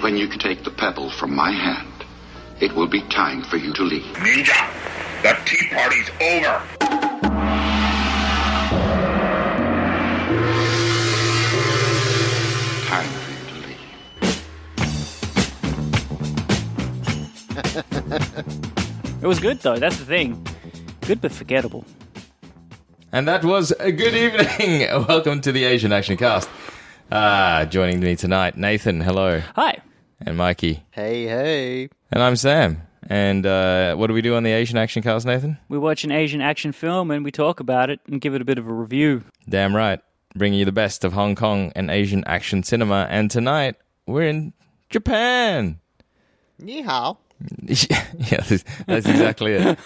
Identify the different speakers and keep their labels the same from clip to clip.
Speaker 1: When you take the pebble from my hand, it will be time for you to leave.
Speaker 2: Ninja, the tea party's over.
Speaker 1: Time for you to leave.
Speaker 3: It was good though. That's the thing. Good but forgettable.
Speaker 4: And that was a good evening. Welcome to the Asian Action Cast. Uh, joining me tonight, Nathan, hello,
Speaker 3: Hi.
Speaker 4: and Mikey,
Speaker 5: Hey, hey.
Speaker 4: and I'm Sam. And uh, what do we do on the Asian Action Cast, Nathan?
Speaker 3: We watch an Asian action film and we talk about it and give it a bit of a review.
Speaker 4: Damn right, bringing you the best of Hong Kong and Asian action cinema. And tonight we're in Japan.
Speaker 5: Ni hao.
Speaker 4: yeah, that's, that's exactly it.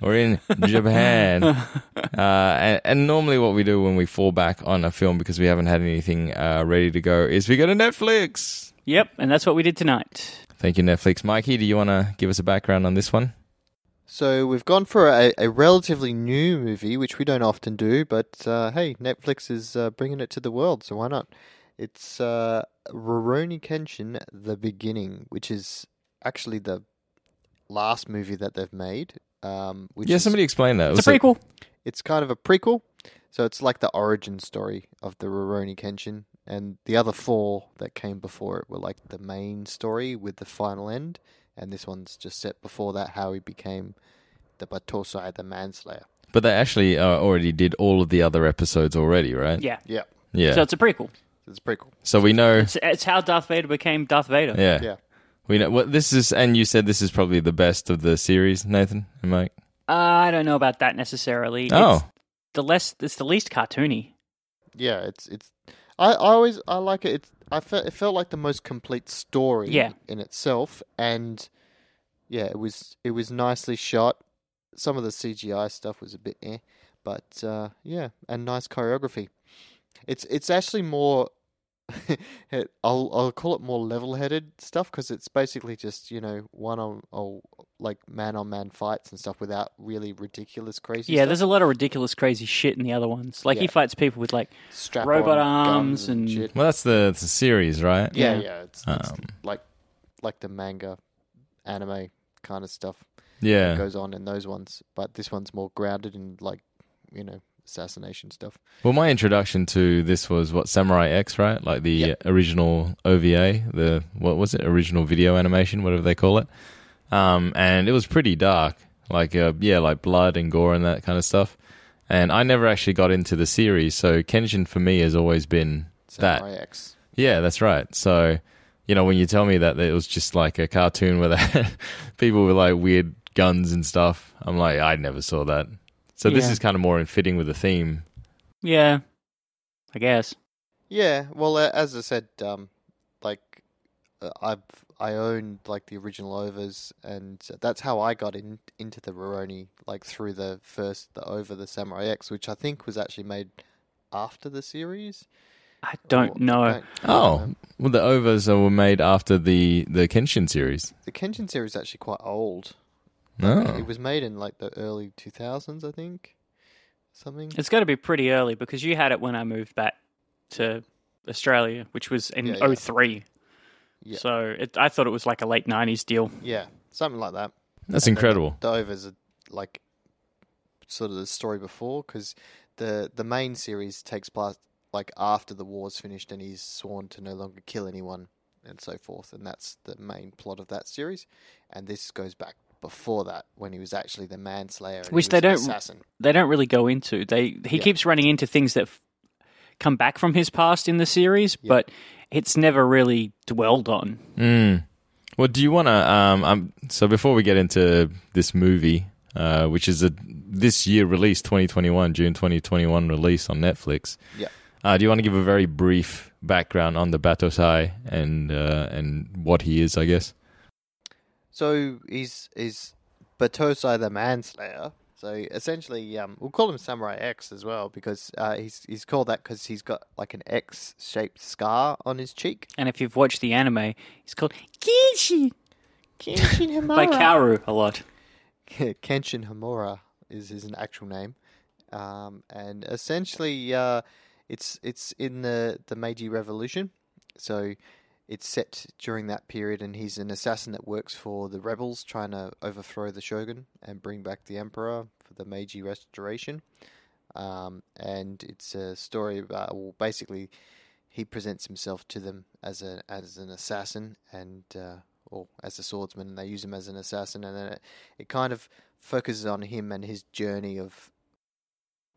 Speaker 4: We're in Japan, uh, and, and normally what we do when we fall back on a film because we haven't had anything uh, ready to go is we go to Netflix.
Speaker 3: Yep, and that's what we did tonight.
Speaker 4: Thank you, Netflix. Mikey, do you want to give us a background on this one?
Speaker 5: So we've gone for a, a relatively new movie, which we don't often do, but uh, hey, Netflix is uh, bringing it to the world, so why not? It's uh, Rurouni Kenshin: The Beginning, which is actually the last movie that they've made. Um, which
Speaker 4: yeah,
Speaker 5: is-
Speaker 4: somebody explain that.
Speaker 3: It's
Speaker 4: It
Speaker 3: a
Speaker 4: was
Speaker 3: prequel.
Speaker 5: It's kind of a prequel, so it's like the origin story of the Rurouni Kenshin, and the other four that came before it were like the main story with the final end, and this one's just set before that how he became the Batosai, the Manslayer.
Speaker 4: Like, but they actually uh, already did all of the other episodes already, right?
Speaker 3: Yeah.
Speaker 5: Yeah,
Speaker 4: Yeah.
Speaker 3: So
Speaker 4: So,
Speaker 3: it's a prequel.
Speaker 5: it's a prequel.
Speaker 4: we know.
Speaker 3: It's, it's how Darth Vader became Darth Vader.
Speaker 4: Yeah.
Speaker 5: Yeah,
Speaker 4: We know. Well, this is, and you said this is probably the best of the series, Nathan and Mike.
Speaker 3: Uh, I don't know about that necessarily. It's
Speaker 4: Oh.
Speaker 3: the less it's the least cartoony.
Speaker 5: yeah, it's it's. I, I always I like it. It's I felt it felt like the most complete story
Speaker 3: Yeah.
Speaker 5: in itself, and yeah, it was it was nicely shot. Some of the CGI stuff was a bit eh, but uh, yeah, and nice choreography. It's it's actually more. it, I'll I'll call it more level-headed stuff because it's basically just you know one on or like man on man fights and stuff without really ridiculous crazy.
Speaker 3: Yeah,
Speaker 5: stuff.
Speaker 3: there's a lot of ridiculous crazy shit in the other ones. Like he
Speaker 5: Yeah.
Speaker 3: fights people with like
Speaker 5: Strap
Speaker 3: robot
Speaker 5: on,
Speaker 3: arms
Speaker 5: guns and,
Speaker 3: and-
Speaker 5: shit.
Speaker 4: Well, that's the, it's the series, right?
Speaker 5: Yeah,
Speaker 3: Yeah.
Speaker 5: yeah, It's, it's
Speaker 4: Um,
Speaker 5: like like the manga, anime kind of stuff that
Speaker 4: Yeah.
Speaker 5: goes on in those ones, but this one's more grounded in like you know assassination stuff.
Speaker 4: Well, my introduction to this was what Samurai X, right? Like the
Speaker 5: Yep.
Speaker 4: original OVA, the what was it? Original video animation, whatever they call it. Um, and it was pretty dark, like uh, yeah, like blood and gore and that kind of stuff. And I never actually got into the series, so Kenshin for me has always been that.
Speaker 5: Samurai X.
Speaker 4: Yeah, that's right. So, you know, when you tell me that it was just like a cartoon where they had people with like weird guns and stuff, I'm like, I never saw that. So this
Speaker 3: Yeah.
Speaker 4: is kind of more in fitting with the theme.
Speaker 3: yeah, I guess.
Speaker 5: Yeah, well, uh, as I said, um, like uh, I've I owned like the original overs, and that's how I got in into the Roroni, like through the first the over the Samurai X, which I think was actually made after the series.
Speaker 3: I don't know.
Speaker 5: I don't- I don't
Speaker 4: Oh,
Speaker 5: know.
Speaker 4: well, the overs uh, were made after the the Kenshin series.
Speaker 5: The Kenshin series is actually quite old.
Speaker 4: Oh,
Speaker 5: It was made in like the early 2000s, I think. Something.
Speaker 3: It's got to be pretty early because you had it when I moved back to Australia, which was in
Speaker 5: Yeah,
Speaker 3: '03.
Speaker 5: yeah.
Speaker 3: 03.
Speaker 5: Yeah.
Speaker 3: So it, I thought it was like a late 90s deal.
Speaker 5: Yeah, something like that.
Speaker 4: that's
Speaker 5: And then
Speaker 4: incredible.
Speaker 5: The, the overs are like sort of the story before because the the main series takes place like after the war's finished and he's sworn to no longer kill anyone and so forth and that's the main plot of that series and this goes back before that when he was actually the manslayer and he
Speaker 3: Which they
Speaker 5: was an
Speaker 3: don't-
Speaker 5: assassin
Speaker 3: They don't really go into. They he
Speaker 5: Yeah.
Speaker 3: keeps running into things that f- come back from his past in the series, but it's never really dwelled on.
Speaker 4: Mm. Well, do you want to? Um, um, so before we get into this movie, uh, which is a this year release, 2021, June 2021 release on Netflix.
Speaker 5: Yeah.
Speaker 4: Uh, do you want to give a very brief background on the Batosai and uh, and what he is? I guess.
Speaker 5: So he's he's Batosai the Manslayer. So essentially, um, we'll call him Samurai X as well because uh, he's he's called that because he's got like an X-shaped scar on his cheek.
Speaker 3: And if you've watched the anime, it's called Kenshin by Kaoru a lot.
Speaker 5: Kenshin Hamura is his actual name, um, and essentially, uh, it's it's in the the Meiji Revolution. So it's set during that period, and he's an assassin that works for the rebels trying to overthrow the shogun and bring back the emperor for the Meiji Restoration. Um, and it's a story about well, basically he presents himself to them as a as an assassin and uh, or as a swordsman, and they use him as an assassin, and then it, it kind of focuses on him and his journey of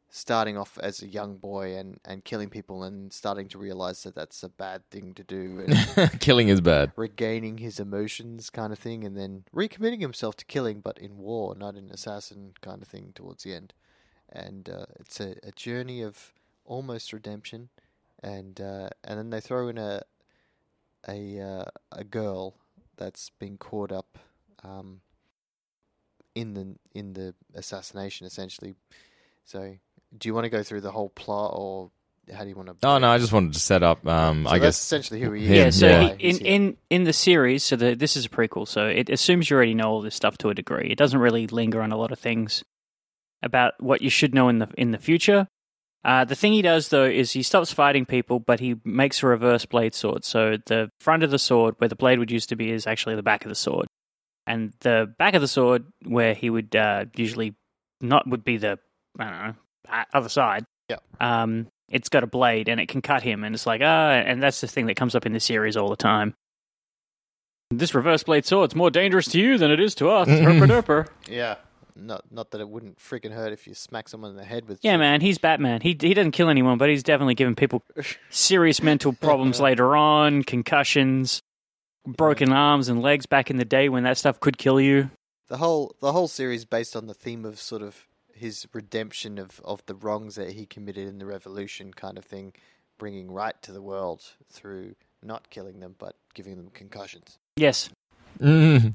Speaker 5: starting off as a young boy and, and killing people and starting to realize that that's a bad thing to do and
Speaker 4: Killing is bad.
Speaker 5: regaining his emotions kind of thing and then recommitting himself to killing but in war not in assassin kind of thing towards the end and uh, it's a, a journey of almost redemption and uh, and then they throw in a a uh, a girl that's been caught up um, in the in the assassination essentially so do you want to go through the whole plot or how do you want to
Speaker 4: Oh no, I just wanted to set up. Um,
Speaker 5: so
Speaker 4: I guess
Speaker 5: that's essentially who he is.
Speaker 4: Yeah,
Speaker 3: Yeah, so
Speaker 4: yeah.
Speaker 3: i- in, in in the series, so the, this is a prequel, so it assumes you already know all this stuff to a degree. It doesn't really linger on a lot of things about what you should know in the in the future. Uh, the thing he does though is he stops fighting people, but he makes a reverse blade sword. So the front of the sword, where the blade would used to be, is actually the back of the sword, and the back of the sword, where he would uh, usually not would be the I don't know a- other side um, it's got a blade and it can cut him, and it's like ah, and that's the thing that comes up in the series all the time. This reverse blade sword's more dangerous to you than it is to us.
Speaker 4: Mm-hmm.
Speaker 3: Herper derper.
Speaker 5: Yeah. Not not that it wouldn't freaking hurt if you smack someone in the head with
Speaker 3: Yeah, man, he's Batman. He he doesn't kill anyone, but he's definitely giving people serious mental problems later on, concussions, broken arms and legs back in the day when that stuff could kill you.
Speaker 5: The whole the whole series based on the theme of sort of his redemption of, of the wrongs that he committed in the revolution kind of thing, bringing right to the world through not killing them but giving them concussions.
Speaker 3: Yes,
Speaker 4: Mm.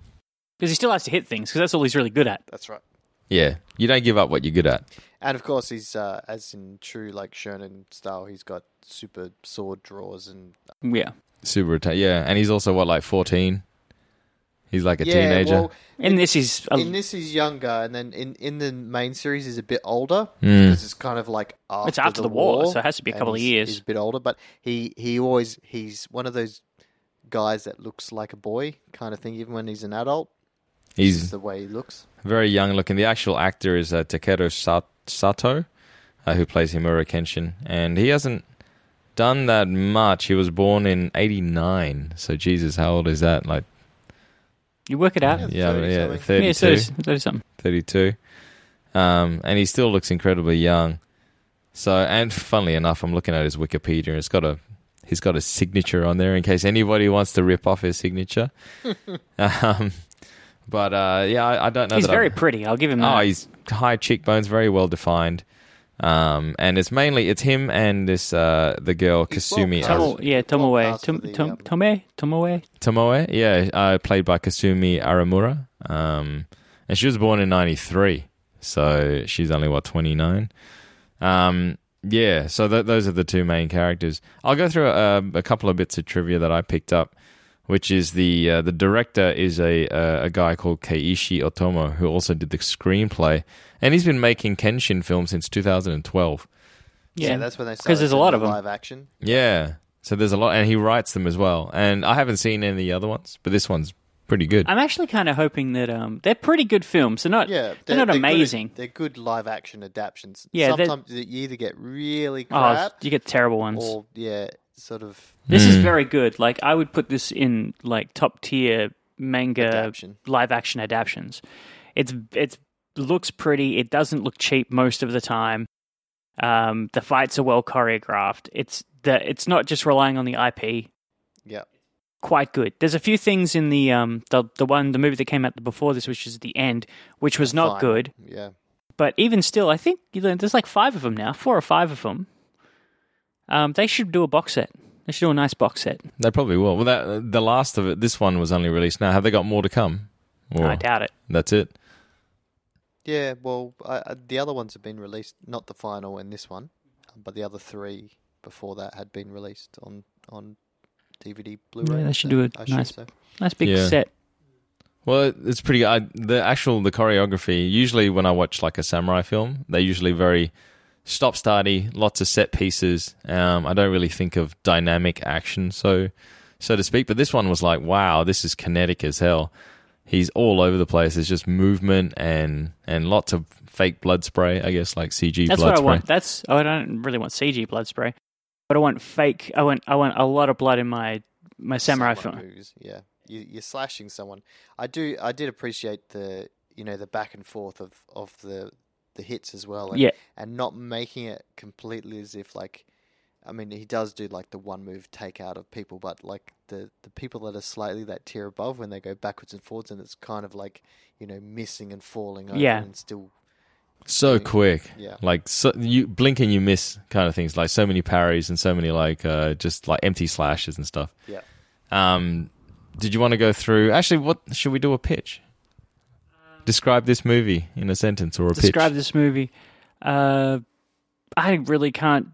Speaker 3: because he still has to hit things because that's all he's really good at.
Speaker 5: That's right.
Speaker 4: yeah, you don't give up what you're good at.
Speaker 5: And of course, he's uh, as in true like shonen style, he's got super sword draws and
Speaker 3: Yeah,
Speaker 4: Super attack. Yeah, and he's also what like 14. He's like a
Speaker 5: yeah,
Speaker 4: teenager.
Speaker 5: well,
Speaker 3: and this is a,
Speaker 5: in this he's younger, and then in, in the main series he's a bit older
Speaker 4: Mm.
Speaker 5: because it's kind of like after
Speaker 3: Hmm. It's after the war, so it has to be a
Speaker 5: and
Speaker 3: couple of
Speaker 5: he's-
Speaker 3: years.
Speaker 5: He's a bit older, but he he always he's one of those guys that looks like a boy kind of thing, even when he's an adult. This is
Speaker 4: he's
Speaker 5: the way he looks.
Speaker 4: very young looking. The actual actor is uh, Takeru Sa- Sato, uh, who plays Himura Kenshin, and he hasn't done that much. He was born in '89, so Jesus, how old is that? Like,
Speaker 3: you work it out.
Speaker 4: yeah,
Speaker 5: 30
Speaker 4: yeah,
Speaker 5: something.
Speaker 3: Yeah, so
Speaker 4: 32,
Speaker 3: that is something.
Speaker 4: 32. Um, and he still looks incredibly young. So, and funnily enough, I'm looking at his Wikipedia, and it's got a he's got a signature on there in case anybody wants to rip off his signature. um, but uh, yeah, I, I don't know.
Speaker 3: He's
Speaker 4: that I'm-
Speaker 3: very pretty. I'll give him that.
Speaker 4: Oh, he's high cheekbones, very well defined. Um, and it's mainly it's him and this uh, the girl
Speaker 5: He's well
Speaker 4: Kasumi
Speaker 5: cast.
Speaker 4: Ar-
Speaker 3: Tomo, yeah, Tomoe.
Speaker 5: passed for
Speaker 3: Tom,
Speaker 5: the,
Speaker 3: Tom,
Speaker 5: um,
Speaker 3: Tomoe? Tomoe?
Speaker 4: Tomoe, yeah, uh, played by Kasumi Aramura. Um, and she was born in '93, so she's only what 29. Um, yeah, so th- those are the two main characters. I'll go through a, a couple of bits of trivia that I picked up, which is the uh, the director is a uh, a guy called Keiichi Otomo who also did the screenplay, and he's been making Kenshin films since 2012.
Speaker 5: Yeah,
Speaker 3: Yeah.
Speaker 5: that's when they
Speaker 3: 'Cause there's
Speaker 5: started
Speaker 3: a lot
Speaker 5: doing
Speaker 3: of 'em.
Speaker 5: live action.
Speaker 4: Yeah, so there's a lot, and he writes them as well. And I haven't seen any of the other ones, but this one's pretty good.
Speaker 3: I'm actually kind of hoping that um, they're pretty good films. They're not,
Speaker 5: Yeah,
Speaker 3: they're, not
Speaker 5: good-
Speaker 3: amazing.
Speaker 5: they're good live action adaptions.
Speaker 3: Yeah, they're-
Speaker 5: sometimes you either get really
Speaker 3: oh,
Speaker 5: crap
Speaker 3: you get terrible ones.
Speaker 5: or yeah, sort of
Speaker 3: This is very good. Like I would put this in like top tier manga
Speaker 5: Adaption.
Speaker 3: live action adaptions. It's it's looks pretty. It doesn't look cheap most of the time. Um, the fights are well choreographed. It's the it's not just relying on the IP.
Speaker 5: yeah.
Speaker 3: quite good. There's a few things in the um the the one the movie that came out before this, which is the end, which was not
Speaker 5: fine.
Speaker 3: good.
Speaker 5: Yeah,
Speaker 3: But even still, I think you know, there's like five of them now, four or five of them. Um, they should do a box set. They should do a nice box set.
Speaker 4: They probably will. Well, that the last of it. This one was only released now. Have they got more to come? Or
Speaker 3: I doubt it.
Speaker 4: that's it.
Speaker 5: Yeah, well, I, I- the other ones have been released, not the final and this one, um, but the other three before that had been released on on DVD Blu-ray.
Speaker 3: Yeah, they should
Speaker 5: so
Speaker 3: do a
Speaker 5: I assume
Speaker 3: nice-
Speaker 5: so.
Speaker 3: Nice big
Speaker 4: Yeah.
Speaker 3: set.
Speaker 4: Well, it- it's pretty. I, the actual the choreography. Usually, when I watch like a samurai film, they're usually very stop starty, lots of set pieces. Um, I don't really think of dynamic action so so to speak. But this one was like, wow, this is kinetic as hell. He's all over the place. There's just movement and and lots of fake blood spray, I guess, like CG
Speaker 3: That's
Speaker 4: blood
Speaker 3: what I
Speaker 4: spray.
Speaker 3: want. That's oh, I don't really want CG blood spray, but I want fake. I want I want a lot of blood in my my samurai film.
Speaker 5: movies, Yeah, you, you're slashing someone. I do. I did appreciate the you know the back and forth of of the the hits as well. And,
Speaker 3: Yeah.
Speaker 5: and not making it completely as if like. I mean, he does do like the one move take out of people, but like the, the people that are slightly that tier above when they go backwards and forwards, and it's kind of like you know missing and falling over
Speaker 3: Yeah.
Speaker 5: and still
Speaker 4: so quick
Speaker 5: Yeah.
Speaker 4: like so you blink and you miss kind of things like so many parries and so many like uh just like empty slashes and stuff
Speaker 5: yeah.
Speaker 4: um did you want to go through actually what should we do a pitch describe this movie in a sentence or a
Speaker 3: Describe
Speaker 4: pitch
Speaker 3: this movie. Uh, I really can't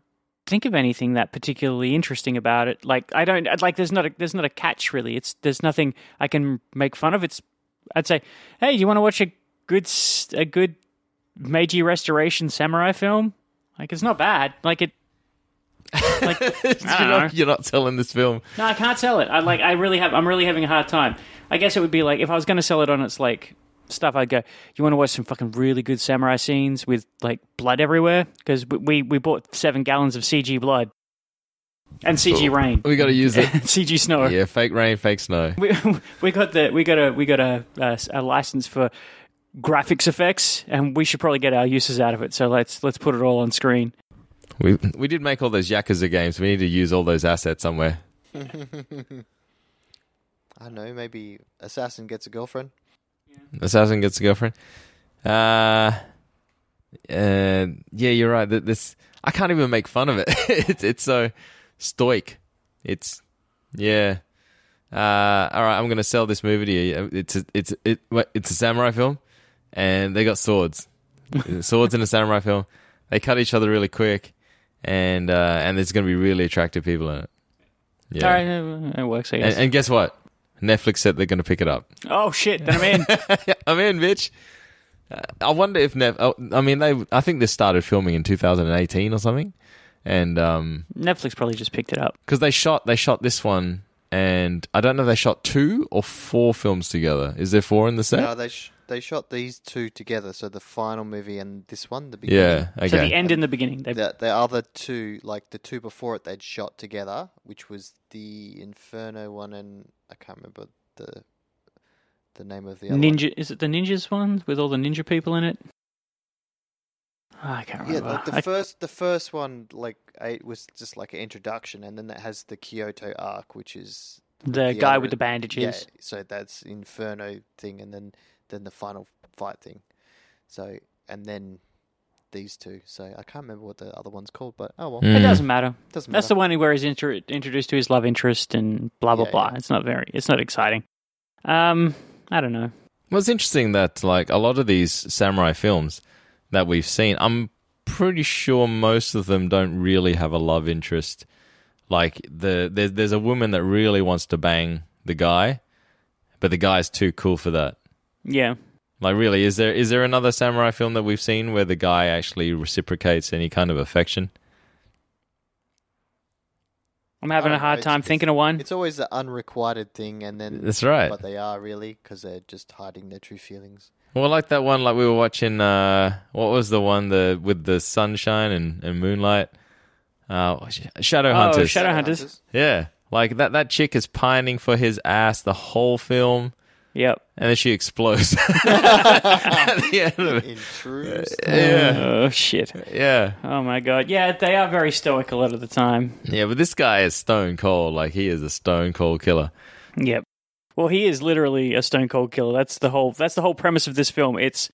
Speaker 3: think of anything that particularly interesting about it. Like I don't I'd like. There's not a there's not a catch really. It's there's nothing I can make fun of. It's I'd say, hey, you want to watch a good s- a good Meiji restoration samurai film? Like it's not bad. Like it. Like, I
Speaker 4: you're,
Speaker 3: don't know.
Speaker 4: not, you're not selling this film
Speaker 3: No, I can't sell it. I like. I really have. I'm really having a hard time. I guess it would be like if I was going to sell it on its like stuff. I'd go. You want to watch some fucking really good samurai scenes with like blood everywhere because we we bought seven gallons of CG blood and CG rain,
Speaker 4: we got to use it
Speaker 3: CG snow.
Speaker 4: Oh, yeah fake rain fake snow
Speaker 3: We, we got the we got a we got a, a a license for graphics effects, and we should probably get our uses out of it. So let's let's put it all on screen.
Speaker 4: we we did make all those yakuza games we need to use all those assets somewhere
Speaker 5: I don't know. Maybe assassin gets a girlfriend.
Speaker 4: Assassin gets a girlfriend. Uh, uh, yeah, you're right. Th- This I can't even make fun of it. it's it's so stoic. It's yeah. Uh, all right, I'm gonna sell this movie to you. It's a, it's it what- it's a samurai film, and they got swords, swords in a samurai film. They cut each other really quick, and uh, and there's gonna be really attractive people in it. Yeah,
Speaker 3: All right, it- it works. I guess.
Speaker 4: and, and guess what? Netflix said they're gonna pick it up.
Speaker 3: oh shit! Then I'm in.
Speaker 4: I'm in, bitch. Uh, I wonder if Nev. oh, I mean, they. I think this started filming in 2018 or something, and um,
Speaker 3: Netflix probably just picked it up.
Speaker 4: because they shot they shot this one, and I don't know if they shot two or four films together. Is there four in the set?
Speaker 5: No, they sh- they shot these two together. So the final movie and this one, the beginning.
Speaker 4: yeah. Okay.
Speaker 3: So the end and the beginning. They,
Speaker 5: the the other two, like the two before it, they'd shot together, which was the Inferno one and I can't remember the the name of the other
Speaker 3: ninja is it the ninjas one with all the ninja people in it? Ah, I can't
Speaker 5: One. Yeah,
Speaker 3: remember.
Speaker 5: like the
Speaker 3: I-
Speaker 5: first the first one, like it was just like an introduction, and then that has the Kyoto arc, which is
Speaker 3: the guy
Speaker 5: other-
Speaker 3: with the bandages.
Speaker 5: Yeah, so that's Inferno thing, and then then the final fight thing. So and then these two. So I can't remember what the other one's called, but oh well,
Speaker 4: Mm.
Speaker 3: It doesn't matter.
Speaker 5: doesn't
Speaker 3: That's
Speaker 5: matter.
Speaker 3: the one where he's inter- introduced to his love interest and blah blah
Speaker 5: Yeah,
Speaker 3: blah.
Speaker 5: yeah.
Speaker 3: It's not very. It's not exciting. Um, I don't know.
Speaker 4: Well, it's interesting that like a lot of these samurai films that we've seen, I'm pretty sure most of them don't really have a love interest. Like the there's there's a woman that really wants to bang the guy, but the guy's too cool for that.
Speaker 3: Yeah,
Speaker 4: Like really, is there is there another samurai film that we've seen where the guy actually reciprocates any kind of affection?
Speaker 3: I'm having
Speaker 5: I
Speaker 3: a
Speaker 5: don't know,
Speaker 3: hard
Speaker 5: Oh, it's-
Speaker 3: time
Speaker 5: it's-
Speaker 3: thinking of one.
Speaker 5: It's always the unrequited thing, and then
Speaker 4: That's right.
Speaker 5: But they are really because they're just hiding their true feelings.
Speaker 4: Well, like that one, like we were watching. Uh, what was the one the with the sunshine and, and moonlight? Uh, Shadow Hunters.
Speaker 3: Shadow- Shadowhunters.
Speaker 4: Yeah. Like that that chick is pining for his ass the whole film
Speaker 3: Yep.
Speaker 4: and then she explodes at the end of it.
Speaker 5: in true.
Speaker 4: Yeah.
Speaker 3: Oh shit.
Speaker 4: Yeah.
Speaker 3: Oh my god. Yeah, they are very stoic a lot of the time.
Speaker 4: Yeah, but this guy is stone cold. Like he is a stone cold killer.
Speaker 3: Yep. Well, he is literally a stone cold killer. That's the whole. That's the whole premise of this film. It's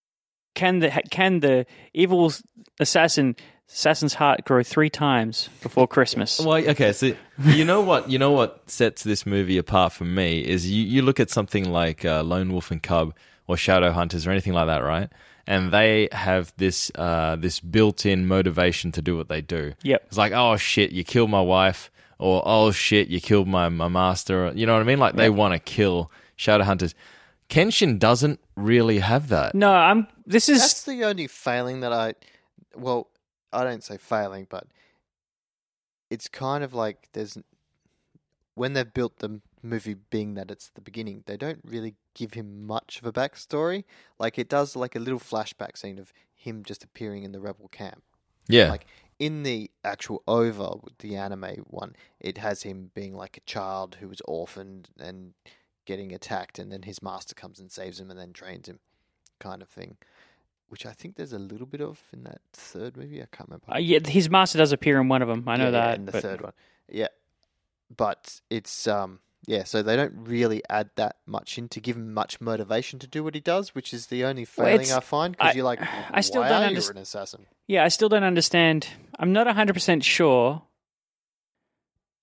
Speaker 3: can the can the evil assassin assassin's heart grow three times before Christmas?
Speaker 4: Well, okay, so you know what you know what sets this movie apart from me is you, you look at something like uh, Lone Wolf and Cub or Shadow Hunters or anything like that, right? And they have this uh, this built in motivation to do what they do.
Speaker 3: Yep.
Speaker 4: It's like, oh shit, you killed my wife, or oh shit, you killed my my master. or- You know what I mean? Like they want to kill Shadow Hunters. Kenshin doesn't really have that.
Speaker 3: No, I'm. This is
Speaker 5: That's the only failing that I. Well, I don't say failing, but it's kind of like there's when they've built the movie being that it's the beginning, they don't really give him much of a backstory. Like it does like a little flashback scene of him just appearing in the rebel camp.
Speaker 4: Yeah.
Speaker 5: Like in the actual over the anime one, it has him being like a child who was orphaned and getting attacked and then his master comes and saves him and then trains him kind of thing. Which I think there's a little bit of in that third movie. I can't remember.
Speaker 3: Uh, yeah, his master does appear in one of them. I know
Speaker 5: Yeah, yeah,
Speaker 3: that.
Speaker 5: in the
Speaker 3: but-
Speaker 5: third one. Yeah, but it's um yeah. So they don't really add that much in to give him much motivation to do what he does, which is the only
Speaker 3: Well,
Speaker 5: failing
Speaker 3: it's-
Speaker 5: I find because
Speaker 3: I-
Speaker 5: you're like,
Speaker 3: I still
Speaker 5: why
Speaker 3: don't
Speaker 5: are you
Speaker 3: underst-
Speaker 5: an assassin?
Speaker 3: Yeah, I still don't understand. I'm not 100% sure.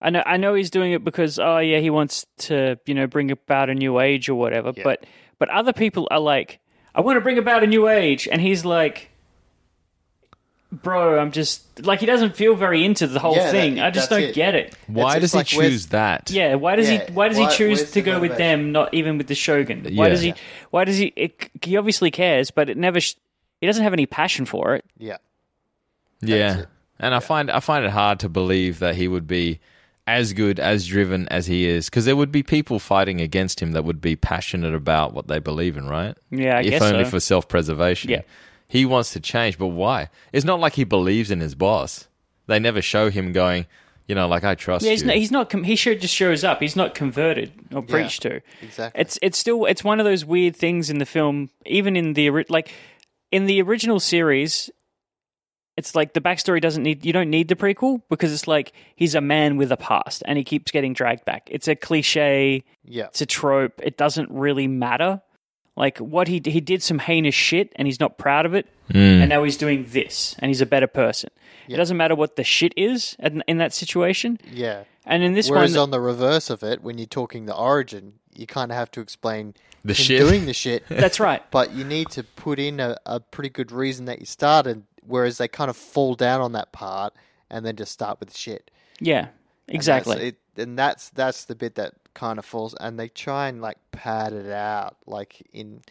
Speaker 3: I know I know he's doing it because oh yeah, he wants to, you know, bring about a new age or whatever,
Speaker 5: Yeah.
Speaker 3: but but other people are like, I want to bring about a new age and he's like Bro, I'm just like he doesn't feel very into the whole
Speaker 5: Yeah, that-
Speaker 3: thing. I just
Speaker 5: that's
Speaker 3: don't
Speaker 5: it.
Speaker 3: get it.
Speaker 4: Why
Speaker 5: It's
Speaker 4: does
Speaker 5: just
Speaker 4: he
Speaker 5: like, where's-
Speaker 4: choose that?
Speaker 3: Yeah, why does
Speaker 5: Yeah,
Speaker 3: he why does
Speaker 5: why-
Speaker 3: he choose
Speaker 5: where's
Speaker 3: to
Speaker 5: the
Speaker 3: go with
Speaker 5: motivation?
Speaker 3: them, not even with the Shogun? Why
Speaker 4: Yeah.
Speaker 3: does he
Speaker 4: Yeah.
Speaker 3: why does he it, he obviously cares, but it never sh- he doesn't have any passion for it.
Speaker 5: Yeah,
Speaker 4: Yeah.
Speaker 5: it.
Speaker 4: And I find I find it hard to believe that he would be as good as driven as he is because there would be people fighting against him that would be passionate about what they believe in, right?
Speaker 3: Yeah, I
Speaker 4: if
Speaker 3: guess
Speaker 4: only
Speaker 3: so.
Speaker 4: for self-preservation.
Speaker 3: Yeah.
Speaker 4: He wants to change, but why? It's not like he believes in his boss. They never show him going, you know, like I trust
Speaker 3: Yeah, he's
Speaker 4: you.
Speaker 3: not. He's not. Com- he should just shows up. He's not converted or preached to.
Speaker 5: exactly.
Speaker 3: It's it's still it's one of those weird things in the film. Even in the ori- like in the original series, it's like the backstory doesn't need. You don't need the prequel because it's like he's a man with a past and he keeps getting dragged back. It's a cliche.
Speaker 5: yeah,
Speaker 3: It's a trope. It doesn't really matter. Like what he he did some heinous shit and he's not proud of it.
Speaker 4: Hmm. Mm.
Speaker 3: And now he's doing this and he's a better person. It doesn't matter what the shit is in, in that situation.
Speaker 5: yeah.
Speaker 3: And in this
Speaker 5: Whereas
Speaker 3: one,
Speaker 5: on the reverse of it, when you're talking the origin, you kind of have to explain
Speaker 4: The
Speaker 5: him
Speaker 4: shit.
Speaker 5: doing the shit.
Speaker 3: that's right.
Speaker 5: but you need to put in a, a pretty good reason that you started. Whereas they kind of fall down on that part and then just start with shit.
Speaker 3: Yeah,
Speaker 5: And that's
Speaker 3: exactly.
Speaker 5: it, and that's that's the bit that kind of falls, and they try and like pad it out, like in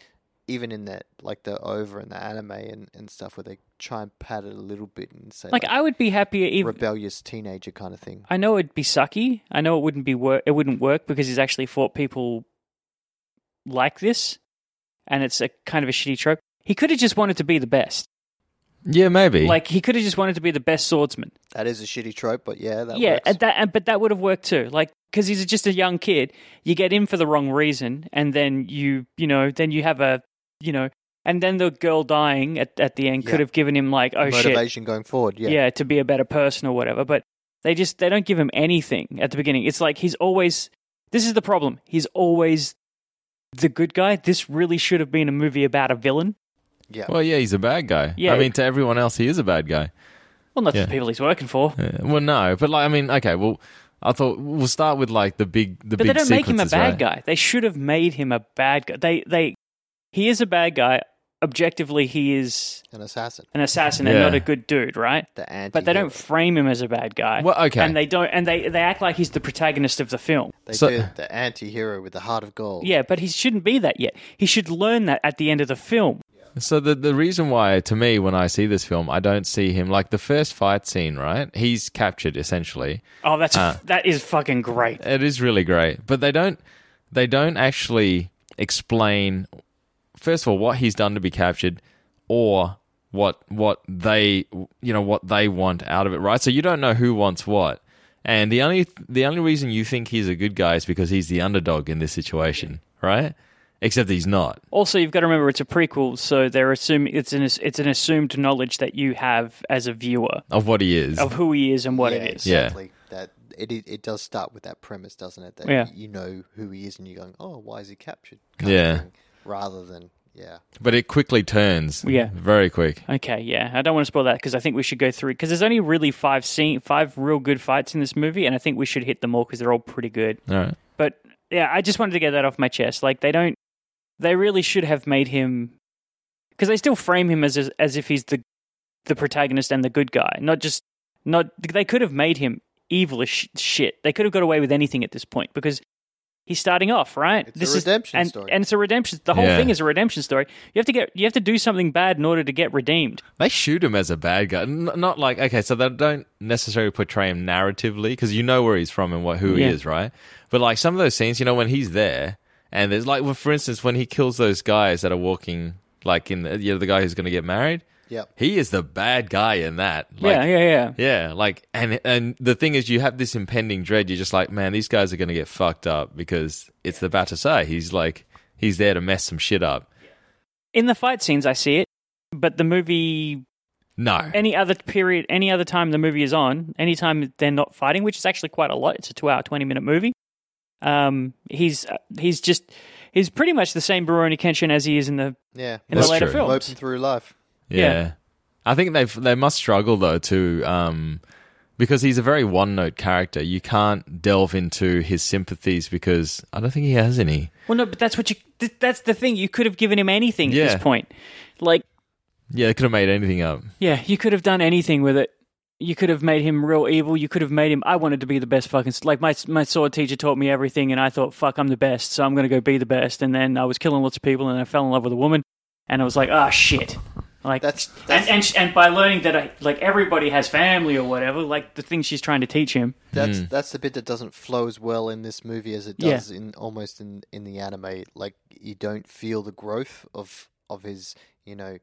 Speaker 5: even in the like the over and the anime and, and stuff, where they try and pad it a little bit and say
Speaker 3: like
Speaker 5: like,
Speaker 3: I would be happier even.
Speaker 5: rebellious teenager kind of thing.
Speaker 3: I know it'd be sucky. I know it wouldn't be work. It wouldn't work because he's actually fought people like this, and it's a kind of a shitty trope. He could have just wanted to be the best.
Speaker 4: yeah, maybe.
Speaker 3: Like he could have just wanted to be the best swordsman.
Speaker 5: That is a shitty trope, but yeah, that
Speaker 3: yeah,
Speaker 5: works.
Speaker 3: and that and, but that would have worked too. Like because he's just a young kid, you get in for the wrong reason, and then you you know then you have a you know, and then the girl dying at at the end could
Speaker 5: Yeah.
Speaker 3: have given him like oh shit,
Speaker 5: motivation going forward. Yeah,
Speaker 3: yeah. to be a better person or whatever but they just they don't give him anything at the beginning it's like he's always this is the problem he's always the good guy this really should have been a movie about a villain
Speaker 5: yeah.
Speaker 4: well, yeah, he's a bad guy.
Speaker 3: Yeah.
Speaker 4: I mean, to everyone else, he is a bad guy.
Speaker 3: well not
Speaker 4: Yeah.
Speaker 3: the people he's working for
Speaker 4: Uh, well, no, but like, I mean, okay, well, I thought we'll start with like the big, the
Speaker 3: but
Speaker 4: big.
Speaker 3: they don't make him a
Speaker 4: sequences,
Speaker 3: bad
Speaker 4: right?
Speaker 3: guy they should have made him a bad guy they they he is a bad guy objectively he is
Speaker 5: An assassin,
Speaker 3: an assassin and
Speaker 4: Yeah.
Speaker 3: not a good dude right
Speaker 5: the anti.
Speaker 3: but they don't frame him as a bad guy
Speaker 4: Well, okay.
Speaker 3: and they don't and they they act like he's the protagonist of the film
Speaker 5: They
Speaker 4: So-
Speaker 5: do the anti-hero with the heart of gold.
Speaker 3: Yeah, but he shouldn't be that yet. He should learn that at the end of the film.
Speaker 4: So the the reason why, to me, when I see this film, I don't see him like the first fight scene. Right, he's captured essentially.
Speaker 3: Oh, that's that is fucking great.
Speaker 4: It is really great, but they don't they don't actually explain. First of all, what he's done to be captured, or what what they you know what they want out of it. Right, so you don't know who wants what. And the only the only reason you think he's a good guy is because he's the underdog in this situation, right? Except he's not.
Speaker 3: Also, you've got to remember it's a prequel, so they're assuming it's an it's an assumed knowledge that you have as a viewer
Speaker 4: of what he is.
Speaker 3: of who he is and what
Speaker 5: Yeah,
Speaker 3: it is.
Speaker 4: Yeah.
Speaker 5: exactly. That it it it does start with that premise, doesn't it? That
Speaker 3: Yeah.
Speaker 5: you know who he is, and you're going, oh, why is he captured? of
Speaker 4: Yeah.
Speaker 5: thing, rather than yeah,
Speaker 4: But it quickly turns.
Speaker 3: Yeah.
Speaker 4: Very quick.
Speaker 3: Okay, yeah. I don't want to spoil that because I think we should go through because there's only really five scene, five real good fights in this movie, and I think we should hit them all because they're all pretty good.
Speaker 4: All right.
Speaker 3: But yeah, I just wanted to get that off my chest. Like they don't, they really should have made him because they still frame him as as if he's the the protagonist and the good guy, not just not. They could have made him evil as sh- shit. They could have got away with anything at this point because he's starting off right.
Speaker 5: It's a redemption
Speaker 3: is, and,
Speaker 5: story.
Speaker 3: and it's a redemption. The whole
Speaker 4: Yeah.
Speaker 3: thing is a redemption story. You have to get you have to do something bad in order to get redeemed.
Speaker 4: They shoot him as a bad guy, N- not like okay. So they don't necessarily portray him narratively because you know where he's from and what who
Speaker 3: Yeah.
Speaker 4: he is, right? But like some of those scenes, you know, when he's there and there's like, well, for instance, when he kills those guys that are walking, like in the you know, the guy who's going to get married,
Speaker 5: Yep.
Speaker 4: he is the bad guy in that. Like,
Speaker 3: yeah, yeah, yeah.
Speaker 4: Yeah, like and and the thing is, you have this impending dread. You're just like, man, these guys are gonna get fucked up because it's the Batasai. He's like, he's there to mess some shit up.
Speaker 3: In the fight scenes, I see it, but the movie
Speaker 4: No,
Speaker 3: any other period, any other time the movie is on, any time they're not fighting, which is actually quite a lot. It's a two-hour, twenty-minute movie. Um, he's uh, he's just he's pretty much the same Baroni Kenshin as he is in the
Speaker 5: Yeah.
Speaker 3: in
Speaker 4: That's
Speaker 3: the later
Speaker 4: true.
Speaker 3: films.
Speaker 5: Moping through life.
Speaker 4: yeah.
Speaker 3: yeah.
Speaker 4: I think they they must struggle though to um because he's a very one note character. You can't delve into his sympathies because I don't think he has any.
Speaker 3: Well, no, but that's what you. Th- that's the thing. You could have given him anything at
Speaker 4: Yeah.
Speaker 3: this point. Like,
Speaker 4: Yeah, they could have made anything up.
Speaker 3: yeah, you could have done anything with it. You could have made him real evil. You could have made him. I wanted to be the best fucking. s- Like my my sword teacher taught me everything, and I thought, fuck, I'm the best, so I'm gonna go be the best. And then I was killing lots of people, and I fell in love with a woman, and I was like, ah, shit. Like
Speaker 5: That's- that's-
Speaker 3: and, and and by learning that I, like everybody has family or whatever, like the thing she's trying to teach him.
Speaker 5: That's that's the bit that doesn't flow as well in this movie as it
Speaker 3: Yeah.
Speaker 5: does in almost in, in the anime. Like you don't feel the growth of of his, you know,